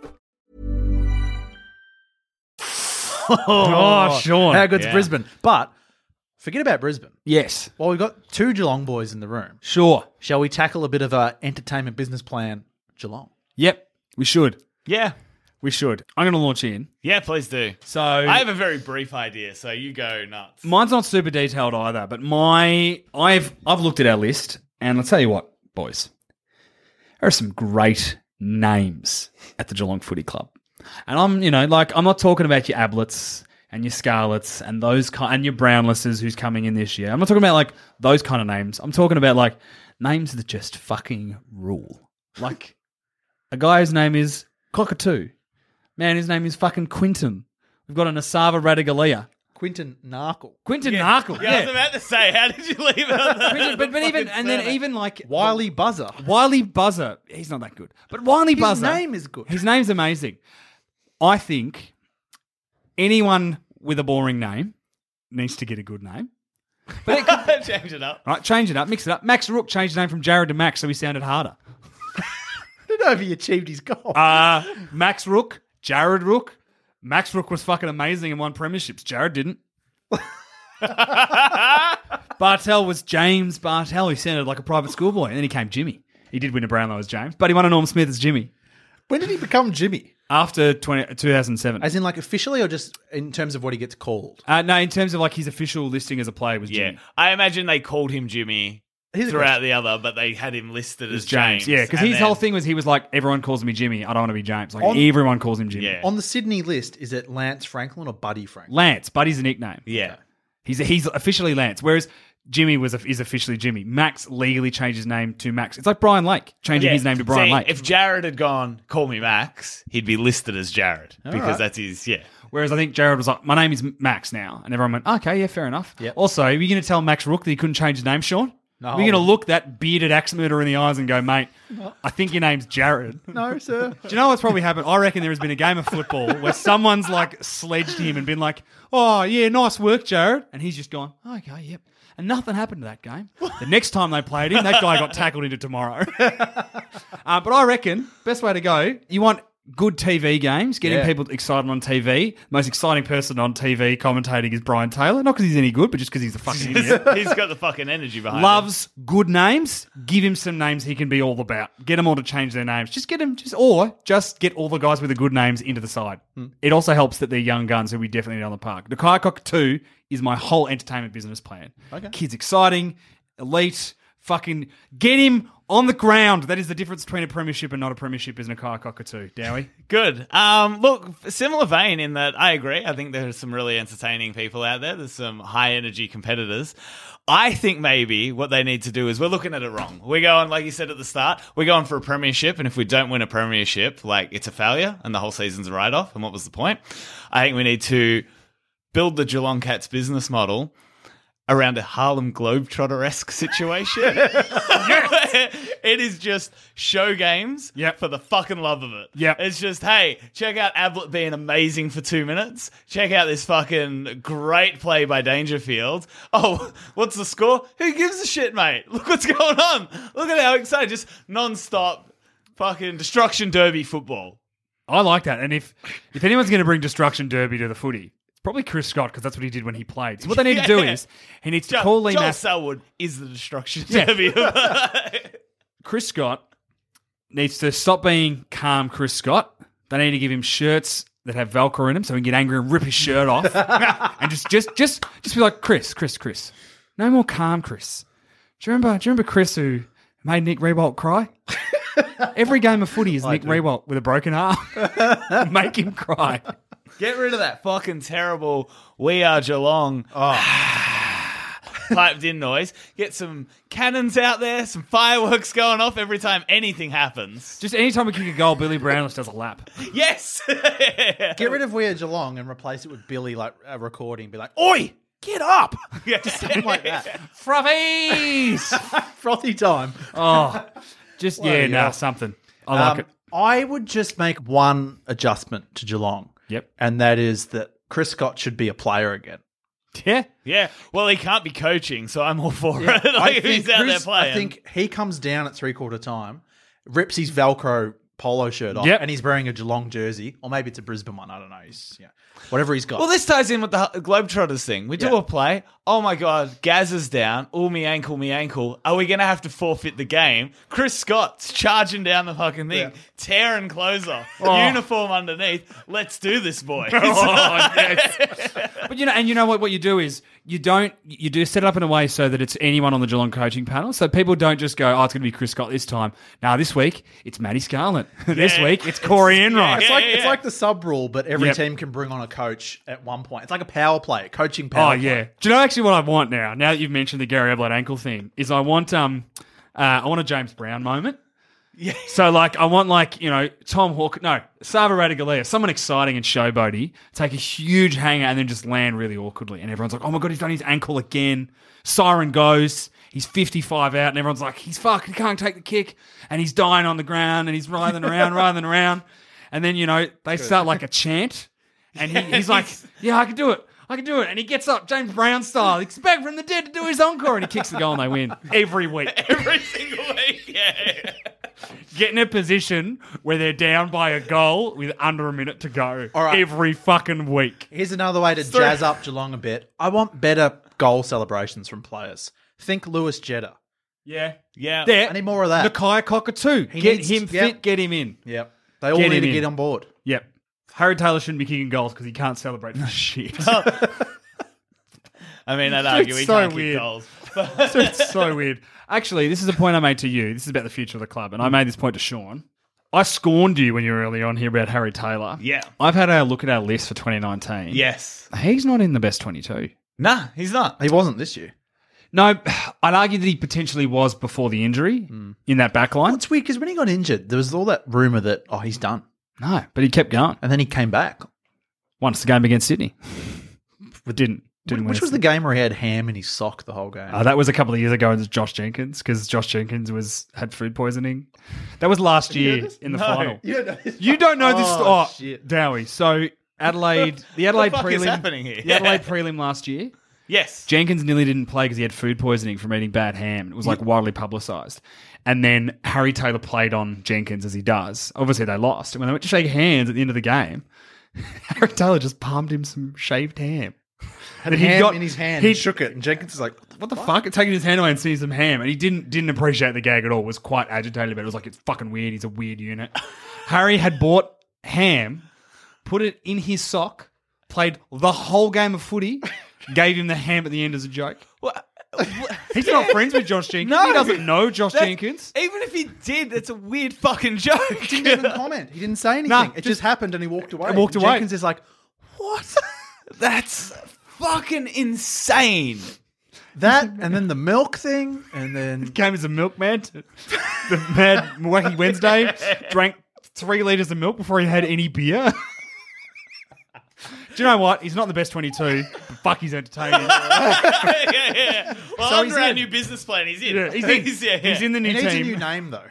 Speaker 2: Oh, Sean.
Speaker 1: How good's
Speaker 3: Yeah.
Speaker 1: Brisbane? But forget about Brisbane.
Speaker 2: Yes,
Speaker 1: Well, we've got two Geelong boys in the room.
Speaker 2: sure.
Speaker 1: Shall we tackle a bit of a entertainment business plan, Geelong?
Speaker 2: Yep, we should.
Speaker 3: Yeah,
Speaker 2: We should. I'm going to launch in.
Speaker 3: yeah. Please do.
Speaker 2: So
Speaker 3: I have a very brief idea, so you go nuts.
Speaker 2: Mine's not super detailed either, but my I've I've looked at our list and I'll tell you what, boys. There are some great names at the Geelong Footy Club. And I'm, you know, like I'm not talking about your Ablets and your Scarlets and those ki- and your Brownlesses who's coming in this year. I'm not talking about like those kind of names. I'm talking about like names that just fucking rule. Like a guy whose name is Cockatoo. Man, his name is fucking Quinton. We've got an Asava Radigalia.
Speaker 1: Quinton Narkle.
Speaker 2: Quinton Narkle.
Speaker 3: Yeah, I
Speaker 2: Yeah.
Speaker 3: was about to say, how did you leave it? On the,
Speaker 2: Quinton- but, but even
Speaker 3: fucking
Speaker 2: and then
Speaker 3: surname?
Speaker 2: even like
Speaker 1: Wiley Buzzer.
Speaker 2: Wiley Buzzer. He's not that good. But Wiley
Speaker 1: His
Speaker 2: Buzzer.
Speaker 1: name is good.
Speaker 2: His name's amazing. I think anyone with a boring name needs to get a good name. But it could,
Speaker 3: change it up.
Speaker 2: right, change it up, mix it up. Max Rook changed his name from Jared to Max, so he sounded harder.
Speaker 1: I don't know if he achieved his goal.
Speaker 2: Uh, Max Rook, Jared Rook. Max Rook was fucking amazing and won premierships. Jared didn't. Bartel was James Bartel. He sounded like a private schoolboy. And then he came Jimmy. He did win a Brownlow as James, but he won a Norm Smith as Jimmy
Speaker 1: when did he become Jimmy?
Speaker 2: after 20, 2007.
Speaker 1: As in, like, officially or just in terms of what he gets called?
Speaker 2: uh, no, in terms of like his official listing as a player was
Speaker 3: Yeah,
Speaker 2: Jimmy.
Speaker 3: I imagine they called him Jimmy
Speaker 1: Here's a
Speaker 3: throughout the other, but they had him listed as James.
Speaker 2: Yeah, because
Speaker 3: And
Speaker 2: his whole
Speaker 3: then-
Speaker 2: thing was he was like, everyone calls me Jimmy. I don't want to be James. Like,
Speaker 1: On-
Speaker 2: everyone calls him Jimmy.
Speaker 3: Yeah.
Speaker 1: On the Sydney list, is it Lance Franklin or Buddy Franklin?
Speaker 2: Lance, Buddy's a nickname.
Speaker 3: Yeah.
Speaker 2: He's he's officially Lance, whereas Jimmy was is officially Jimmy. Max legally changed his name to Max. It's like Brian Lake changing
Speaker 3: Yeah.
Speaker 2: his name to Brian
Speaker 3: See,
Speaker 2: Lake.
Speaker 3: If Jared had gone, call me Max, he'd be listed as Jared because
Speaker 1: right.
Speaker 3: that's his. Yeah.
Speaker 2: whereas I think Jared was like, my name is Max now, and everyone went, okay, yeah, fair enough.
Speaker 1: Yep.
Speaker 2: Also, are you going to tell Max Rook that he couldn't change his name, Sean?
Speaker 1: No.
Speaker 2: Are you going to look that bearded axe murderer in the eyes and go, mate, I think your name's Jared.
Speaker 1: No, sir.
Speaker 2: Do you know what's probably happened? I reckon there has been a game of football where someone's like sledged him and been like, "Oh yeah, nice work, Jared," and he's just gone, "Okay, yep." And nothing happened to that game. The next time they played him, that guy got tackled into tomorrow. uh, but I reckon best way to go. You want good TV games, getting
Speaker 1: Yeah.
Speaker 2: people excited on TV. Most exciting person on TV commentating is Brian Taylor. Not because he's any good, but just because he's a fucking idiot.
Speaker 3: He's got the fucking energy behind him.
Speaker 2: Loves good names. Give him some names he can be all about. Get them all to change their names. Just get him, just or just get all the guys with the good names into the side. It also helps that they're young guns who we definitely need on the park. The Cock Two is my whole entertainment business plan. Okay. Kids exciting, elite. Fucking get him on the ground. That is the difference between a premiership and not a premiership is Nakaya Cockatoo. Dowie.
Speaker 3: Good. Um, look, similar vein in that I agree. I think there's some really entertaining people out there. There's some high energy competitors. I think maybe what they need to do is we're looking at it wrong. We're going, like you said at the start, we're going for a premiership. And if we don't win a premiership, like it's a failure and the whole season's a write off. And what was the point? I think we need to build the Geelong Cats business model around a Harlem Globetrotter esque situation. it is just show games
Speaker 2: Yep.
Speaker 3: for the fucking love of it.
Speaker 2: Yep.
Speaker 3: It's just, hey, check out Ablett being amazing for two minutes. Check out this fucking great play by Dangerfield. Oh, what's the score? Who gives a shit, mate? Look what's going on. Look at how excited. Just non stop fucking destruction derby football.
Speaker 2: I like that. And if if anyone's going to bring destruction derby to the footy, it's probably Chris Scott because that's what he did when he played. So what they need to do
Speaker 3: Yeah.
Speaker 2: is he needs to
Speaker 3: Jo-
Speaker 2: call Lee
Speaker 3: Joel
Speaker 2: Mass.
Speaker 3: Selwood is the destruction
Speaker 2: Yeah.
Speaker 3: derby.
Speaker 2: Chris Scott needs to stop being calm. Chris Scott. They need to give him shirts that have Velcro in them so he can get angry and rip his shirt off, and just just just just be like Chris, Chris, Chris. No more calm, Chris. Do you remember? Do you remember Chris who made Nick Rewalt cry? Every game of footy is Nick Rewalt with a broken arm. Make him cry.
Speaker 3: Get rid of that fucking terrible "We Are Geelong"
Speaker 2: Oh.
Speaker 3: piped in noise. Get some cannons out there, some fireworks going off every time anything happens.
Speaker 2: Just anytime we kick a goal, Billy Brownless does a lap.
Speaker 3: Yes,
Speaker 1: Get rid of Weird Geelong and replace it with Billy, like a recording. Be like, oi, get up! Something like that.
Speaker 2: Fruffies!
Speaker 1: Frothy time.
Speaker 2: oh, just, yeah,
Speaker 1: Bloody
Speaker 2: no,
Speaker 1: hell.
Speaker 2: something. I like
Speaker 1: Um,
Speaker 2: it.
Speaker 1: I would just make one adjustment to Geelong.
Speaker 2: Yep.
Speaker 1: And that is that Chris Scott should be a player again.
Speaker 2: Yeah.
Speaker 3: yeah. Well, he can't be coaching, so I'm all for it. like, if he's out there
Speaker 1: Chris-
Speaker 3: playing.
Speaker 1: I think he comes down at three quarter time, rips his Velcro polo shirt off,
Speaker 2: Yep.
Speaker 1: and he's wearing a Geelong jersey, or maybe it's a Brisbane one. I don't know. He's, yeah, whatever he's got.
Speaker 3: Well, this ties in with the Globetrotters thing. We do
Speaker 1: Yeah.
Speaker 3: a play. Oh my God, Gaz is down. Oh, me ankle, me ankle. Are we going to have to forfeit the game? Chris Scott's charging down the fucking thing, tearing clothes off, uniform underneath. Let's do this, boys. Oh,
Speaker 2: But you know, and you know what? What you do is you don't you do set it up in a way so that it's anyone on the Geelong coaching panel, so people don't just go, "Oh, it's going to be Chris Scott this time." Now this week it's Maddie Scarlett. this
Speaker 3: Yeah.
Speaker 2: week it's Corey Enright.
Speaker 1: it's
Speaker 3: Yeah,
Speaker 1: like
Speaker 3: yeah,
Speaker 1: it's
Speaker 3: yeah.
Speaker 1: like the sub rule, but every
Speaker 2: Yep.
Speaker 1: team can bring on a coach at one point. It's like a power play, coaching
Speaker 2: Oh
Speaker 1: power.
Speaker 2: yeah. Do you know actually what I want now? Now that you've mentioned the Gary Ablett ankle thing, is I want um, uh, I want a James Brown moment. Yeah. So like I want like you know Tom Hawk, no Sava Radaglia, someone exciting and showboaty, take a huge hanger and then just land really awkwardly, and everyone's like, oh my god, he's done his ankle again. Siren goes. He's 55 out, and everyone's like, he's fucked. He can't take the kick, and he's dying on the ground, and he's writhing around, writhing around, and then you know they start like a chant, and he, he's like, "Yeah, I can do it. I can do it." And he gets up, James Brown style. He's back from the dead to do his encore, and he kicks the goal, and they win every week.
Speaker 3: Every single week, yeah.
Speaker 2: Get in a position where they're down by a goal with under a minute to go
Speaker 1: All right.
Speaker 2: every fucking week.
Speaker 1: Here's another way to jazz up Geelong a bit. I want better goal celebrations from players. Think Lewis Jetta.
Speaker 2: Yeah,
Speaker 3: Yeah.
Speaker 2: there.
Speaker 1: I need more of that.
Speaker 2: Nakai Cockatoo.
Speaker 1: He
Speaker 2: get
Speaker 1: needs-
Speaker 2: him
Speaker 1: yeah.
Speaker 2: fit. Get him in.
Speaker 1: Yep. They all
Speaker 2: Get
Speaker 1: need
Speaker 2: him
Speaker 1: to
Speaker 2: in.
Speaker 1: get on board.
Speaker 2: Yep. Harry Taylor shouldn't be kicking goals because he can't celebrate for shit.
Speaker 3: I mean, I'd argue he
Speaker 2: so
Speaker 3: can't
Speaker 2: weird.
Speaker 3: kick goals. But
Speaker 2: it's so weird. Actually, this is a point I made to you. This is about the future of the club,
Speaker 1: Mm.
Speaker 2: and I made this point to Sean. I scorned you when you were early on here about Harry Taylor.
Speaker 3: Yeah.
Speaker 2: I've had a look at our list for 2019.
Speaker 3: yes.
Speaker 2: He's not in the best 22.
Speaker 3: Nah, he's not.
Speaker 1: He wasn't this year.
Speaker 2: No, I'd argue that he potentially was before the injury
Speaker 1: Mm.
Speaker 2: in that back line.
Speaker 1: It's weird because when he got injured, there was all that rumor that oh he's done,
Speaker 2: No, but he kept going.
Speaker 1: and then he came back,
Speaker 2: Once the game against Sydney. but didn't. Didn't
Speaker 1: which
Speaker 2: win
Speaker 1: was the game where he had ham in his sock the whole game.
Speaker 2: Uh, that was a couple of years ago with Josh Jenkins because Josh Jenkins was had food poisoning. That was last year in the final.
Speaker 1: You don't know-
Speaker 2: You don't know this.
Speaker 1: Oh,
Speaker 2: Oh,
Speaker 1: shit.
Speaker 2: Dowie. So Adelaide, the Adelaide
Speaker 3: fuck
Speaker 2: prelim,
Speaker 3: is happening here?
Speaker 2: the Adelaide prelim last year.
Speaker 3: Yes.
Speaker 2: Jenkins nearly didn't play because he had food poisoning from eating bad ham. It was like widely publicized. And then Harry Taylor played on Jenkins as he does. Obviously, they lost. And when they went to shake hands at the end of the game, Harry Taylor just palmed him some shaved ham.
Speaker 1: Had
Speaker 2: he
Speaker 1: ham
Speaker 2: got-
Speaker 1: in his hand.
Speaker 2: he-
Speaker 1: He shook it, and Jenkins is like,
Speaker 2: What the fuck? Taking his hand away and seeing some ham, and he didn't didn't appreciate the gag at all. Was quite agitated about it. it was like it's fucking weird. He's a weird unit. Harry had bought ham, put it in his sock, played the whole game of footy, gave him the ham at the end as a joke. He's not friends with Josh Jenkins.
Speaker 3: No.
Speaker 2: He doesn't know Josh
Speaker 3: That-
Speaker 2: Jenkins.
Speaker 3: Even if he did, it's a weird fucking joke.
Speaker 1: He didn't even comment. He didn't say anything.
Speaker 2: Nah,
Speaker 1: it just,
Speaker 2: just-
Speaker 1: happened, and he walked away.
Speaker 2: I walked
Speaker 1: And
Speaker 2: away.
Speaker 1: Jenkins is like,
Speaker 3: What? That's fucking insane.
Speaker 1: that, and then the milk thing, and then
Speaker 2: Came as a milkman. To the mad wacky Wednesday drank three liters of milk before he had any beer. Do you know what? He's not the best 22, but fuck, he's entertaining.
Speaker 3: yeah, yeah, yeah. Well,
Speaker 2: So
Speaker 3: under
Speaker 2: he's
Speaker 3: our
Speaker 2: in.
Speaker 3: new business plan, he's in.
Speaker 2: Yeah, he's in.
Speaker 3: yeah, yeah.
Speaker 2: He's in the new
Speaker 1: he needs
Speaker 2: team.
Speaker 1: a new name though.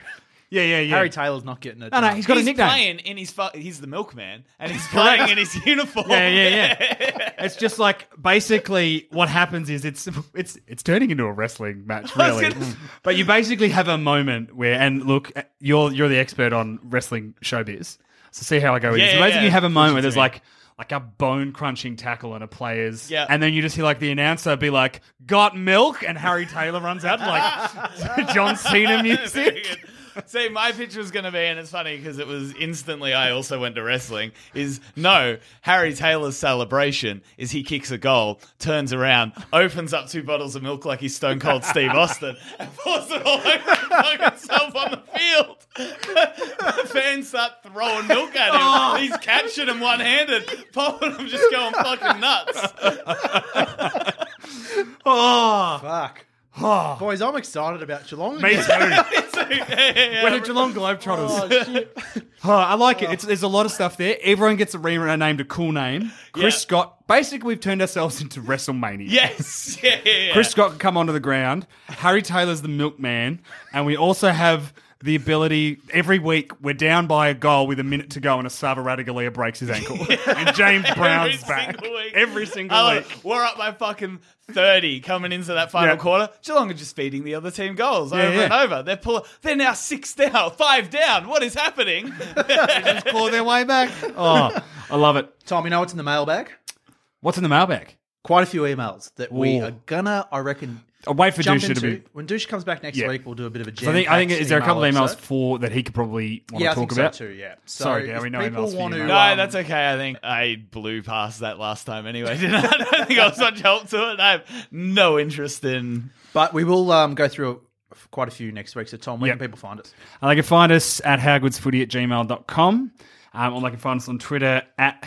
Speaker 2: Yeah, yeah, yeah.
Speaker 1: Harry Taylor's not getting it.
Speaker 2: no, no,
Speaker 1: done.
Speaker 2: he's got
Speaker 3: He's
Speaker 2: a nickname.
Speaker 3: playing in his. Fu- he's the milkman, and he's playing in his uniform.
Speaker 2: Yeah, yeah, yeah. it's just like basically what happens is it's it's it's turning into a wrestling match,
Speaker 3: I was
Speaker 2: really.
Speaker 3: gonna-
Speaker 2: but you basically have a moment where, and look, you're you're the expert on wrestling showbiz, so see how I go with
Speaker 3: Yeah,
Speaker 2: this.
Speaker 3: yeah,
Speaker 2: basically,
Speaker 3: yeah.
Speaker 2: you have a moment where
Speaker 3: Push it
Speaker 2: there's
Speaker 3: to me.
Speaker 2: like. Like a bone crunching tackle on a player's,
Speaker 3: Yeah.
Speaker 2: and then you just hear like the announcer be like, "Got milk," and Harry Taylor runs out like John
Speaker 3: Very
Speaker 2: Cena music.
Speaker 3: good. See, my pitch was going to be, and it's funny because it was instantly I also went to wrestling. Is no, Harry Taylor's celebration is he kicks a goal, turns around, opens up two bottles of milk like he's Stone Cold Steve Austin, and pours it all over fucking himself on the field. the fans start throwing milk at him. He's catching them one handed, popping them, just going fucking nuts.
Speaker 2: Oh,
Speaker 1: fuck. Boys, I'm excited about Geelong.
Speaker 2: me
Speaker 1: again.
Speaker 2: too.
Speaker 3: So, yeah, yeah,
Speaker 2: We're the Geelong Globetrotters. Oh, I like it. It's, there's a lot of stuff there. Everyone gets a renamed a cool name. Chris
Speaker 3: Yeah.
Speaker 2: Scott. Basically, we've turned ourselves into WrestleMania.
Speaker 3: Yes. Yeah, yeah, yeah.
Speaker 2: Chris Scott can come onto the ground. Harry Taylor's the milkman. And we also have the ability every week we're down by a goal with a minute to go and Asava Radigalia breaks his ankle. And James Brown's back.
Speaker 3: single week. Oh.
Speaker 2: Every single
Speaker 3: I
Speaker 2: week.
Speaker 3: love it. We're up by fucking 30 coming into that final
Speaker 2: Yeah.
Speaker 3: quarter. Geelong are just feeding the other team goals
Speaker 2: Yeah,
Speaker 3: over
Speaker 2: yeah.
Speaker 3: and over. They're pull- They're now six down, five down. What is happening?
Speaker 2: Just claw their way back. Oh, I love it.
Speaker 1: Tom, you know what's in the mailbag?
Speaker 2: What's in the mailbag?
Speaker 1: Quite a few emails that we
Speaker 2: Ooh.
Speaker 1: are gonna, I reckon,
Speaker 2: I'll wait for
Speaker 1: jump
Speaker 2: Dusha to
Speaker 1: into.
Speaker 2: be.
Speaker 1: When Douche comes back next
Speaker 2: Yeah.
Speaker 1: week, we'll do a bit of a.
Speaker 2: So I think I think
Speaker 1: jam-packed
Speaker 2: is there a couple of
Speaker 1: email
Speaker 2: emails
Speaker 1: episode?
Speaker 2: for that he could probably want
Speaker 1: yeah,
Speaker 2: to
Speaker 1: I
Speaker 2: talk
Speaker 1: think
Speaker 2: about?
Speaker 1: so too. Yeah. So
Speaker 2: Sorry, Gary,
Speaker 1: if
Speaker 2: we know
Speaker 1: people
Speaker 2: emails for
Speaker 1: want
Speaker 2: you,
Speaker 1: to,
Speaker 2: mate.
Speaker 3: no,
Speaker 1: um,
Speaker 3: that's okay. I think I blew past that last time anyway, didn't I? I don't think I was much help to it. I have no interest in.
Speaker 1: But we will um, go through quite a few next week. So Tom, where
Speaker 2: Yep.
Speaker 1: can people find us?
Speaker 2: And they can find us at howgoodsfooty at gmail.com. Um, or they can find us on Twitter at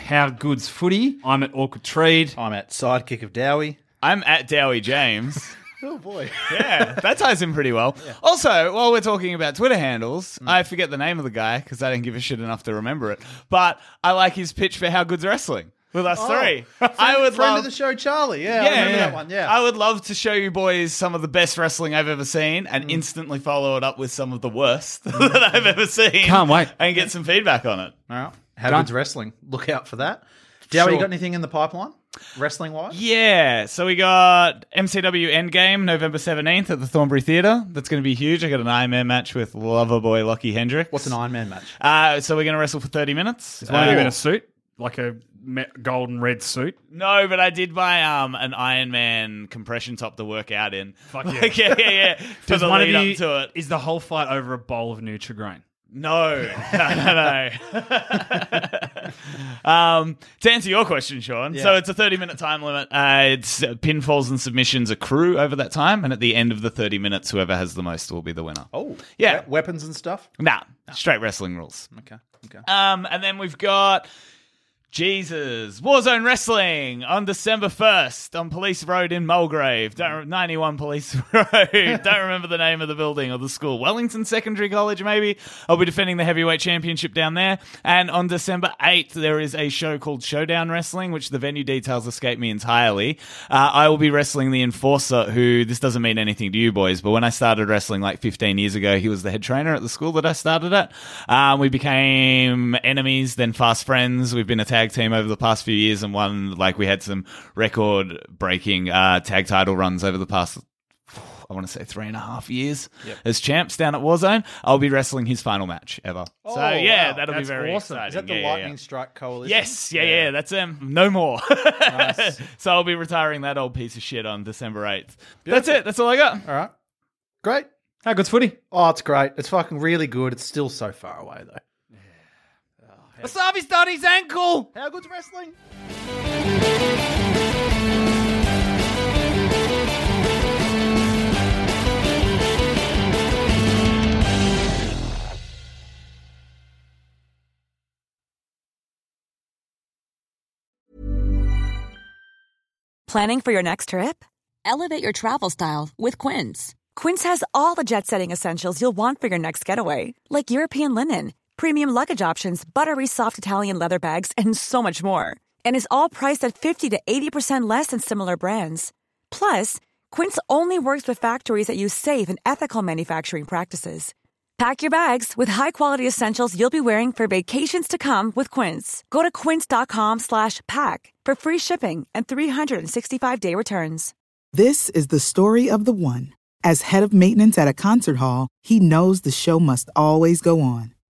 Speaker 2: howgoodsfooty. I'm at Awkward Treed.
Speaker 1: I'm at Sidekick of Dowie.
Speaker 3: I'm at Dowie James.
Speaker 1: Oh boy.
Speaker 3: yeah, that ties in pretty well. Also, while we're talking about Twitter handles,
Speaker 1: Mm.
Speaker 3: I forget the name of the guy because I didn't give a shit enough to remember it. But I like his pitch for how good's wrestling with us three. I would
Speaker 1: Oh, Friend
Speaker 3: love.
Speaker 1: of the show, Charlie. Yeah, I
Speaker 3: Yeah,
Speaker 1: remember
Speaker 3: yeah.
Speaker 1: that one. Yeah.
Speaker 3: I would love to show you boys some of the best wrestling I've ever seen,
Speaker 1: Mm.
Speaker 3: and instantly follow it up with some of the worst that I've ever seen.
Speaker 2: Can't wait.
Speaker 3: and get some feedback on it.
Speaker 1: All right. How good's wrestling? Look out for that. Dowie, you
Speaker 2: Sure.
Speaker 1: got anything in the pipeline, wrestling wise?
Speaker 3: Yeah, so we got MCW Endgame November 17th at the Thornbury Theatre. That's going to be huge. I got an Iron Man match with lover boy Lockie Hendricks.
Speaker 1: What's an Iron Man match?
Speaker 3: Uh, so we're going to wrestle for 30 minutes.
Speaker 2: Is one of
Speaker 3: Uh,
Speaker 2: you
Speaker 1: Oh.
Speaker 2: in a suit? Like a me- golden red suit?
Speaker 3: no, but I did buy um, an Iron Man compression top to work out in.
Speaker 2: Fuck yeah.
Speaker 3: Like, yeah, yeah, yeah. For the
Speaker 2: one
Speaker 3: lead
Speaker 2: you,
Speaker 3: up to it.
Speaker 2: Is the whole fight over a bowl of Nutrigrain?
Speaker 3: No, no, no, no. um, to answer your question, Sean, so it's a 30 minute time limit. Uh, it's uh, pinfalls and submissions accrue over that time, and at the end of the 30 minutes, whoever has the most will be the winner.
Speaker 1: Oh,
Speaker 3: Yeah.
Speaker 1: we- weapons and stuff.
Speaker 3: Nah, straight wrestling rules.
Speaker 1: Okay, okay.
Speaker 3: Um, and then we've got Jesus Warzone Wrestling on December first on Police Road in Mulgrave, don't, ninety-one Police Road. don't remember the name of the building or the school. Wellington Secondary College, maybe. I'll be defending the heavyweight championship down there. And on December eighth, there is a show called Showdown Wrestling, which the venue details escape me entirely. Uh, I will be wrestling the enforcer, who this doesn't mean anything to you boys, but when I started wrestling like 15 years ago, he was the head trainer at the school that I started at. Um, we became enemies, then fast friends. We've been a tag tag team over the past few years and one like we had some record breaking uh, tag title runs over the past I want to say three and a half years as champs down at Warzone. I'll be wrestling his final match ever. so yeah,
Speaker 1: Oh, wow.
Speaker 3: that'll
Speaker 1: That's
Speaker 3: be very
Speaker 1: awesome.
Speaker 3: exciting.
Speaker 1: Is that the
Speaker 3: Yeah, yeah, yeah.
Speaker 1: Lightning Strike Coalition?
Speaker 3: Yes, yeah, yeah, that's him. No more. so I'll be retiring that old piece of shit on December 8th. That's it. That's all I got.
Speaker 1: All right. Great.
Speaker 2: How good's footy?
Speaker 1: Oh, it's great. It's fucking really good. It's still so far away though.
Speaker 3: Oh, Wasabi's done his ankle.
Speaker 1: How good's wrestling?
Speaker 4: Planning for your next trip?
Speaker 5: Elevate your travel style with Quince.
Speaker 4: Quince has all the jet setting essentials you'll want for your next getaway, like European linen, premium luggage options, buttery soft Italian leather bags, and so much more. And is all priced at 50 to 80% less than similar brands. Plus, Quince only works with factories that use safe and ethical manufacturing practices. Pack your bags with high-quality essentials you'll be wearing for vacations to come with Quince. Go to quince.com slash pack for free shipping and 365-day returns.
Speaker 6: This is the story of the one. As head of maintenance at a concert hall, he knows the show must always go on.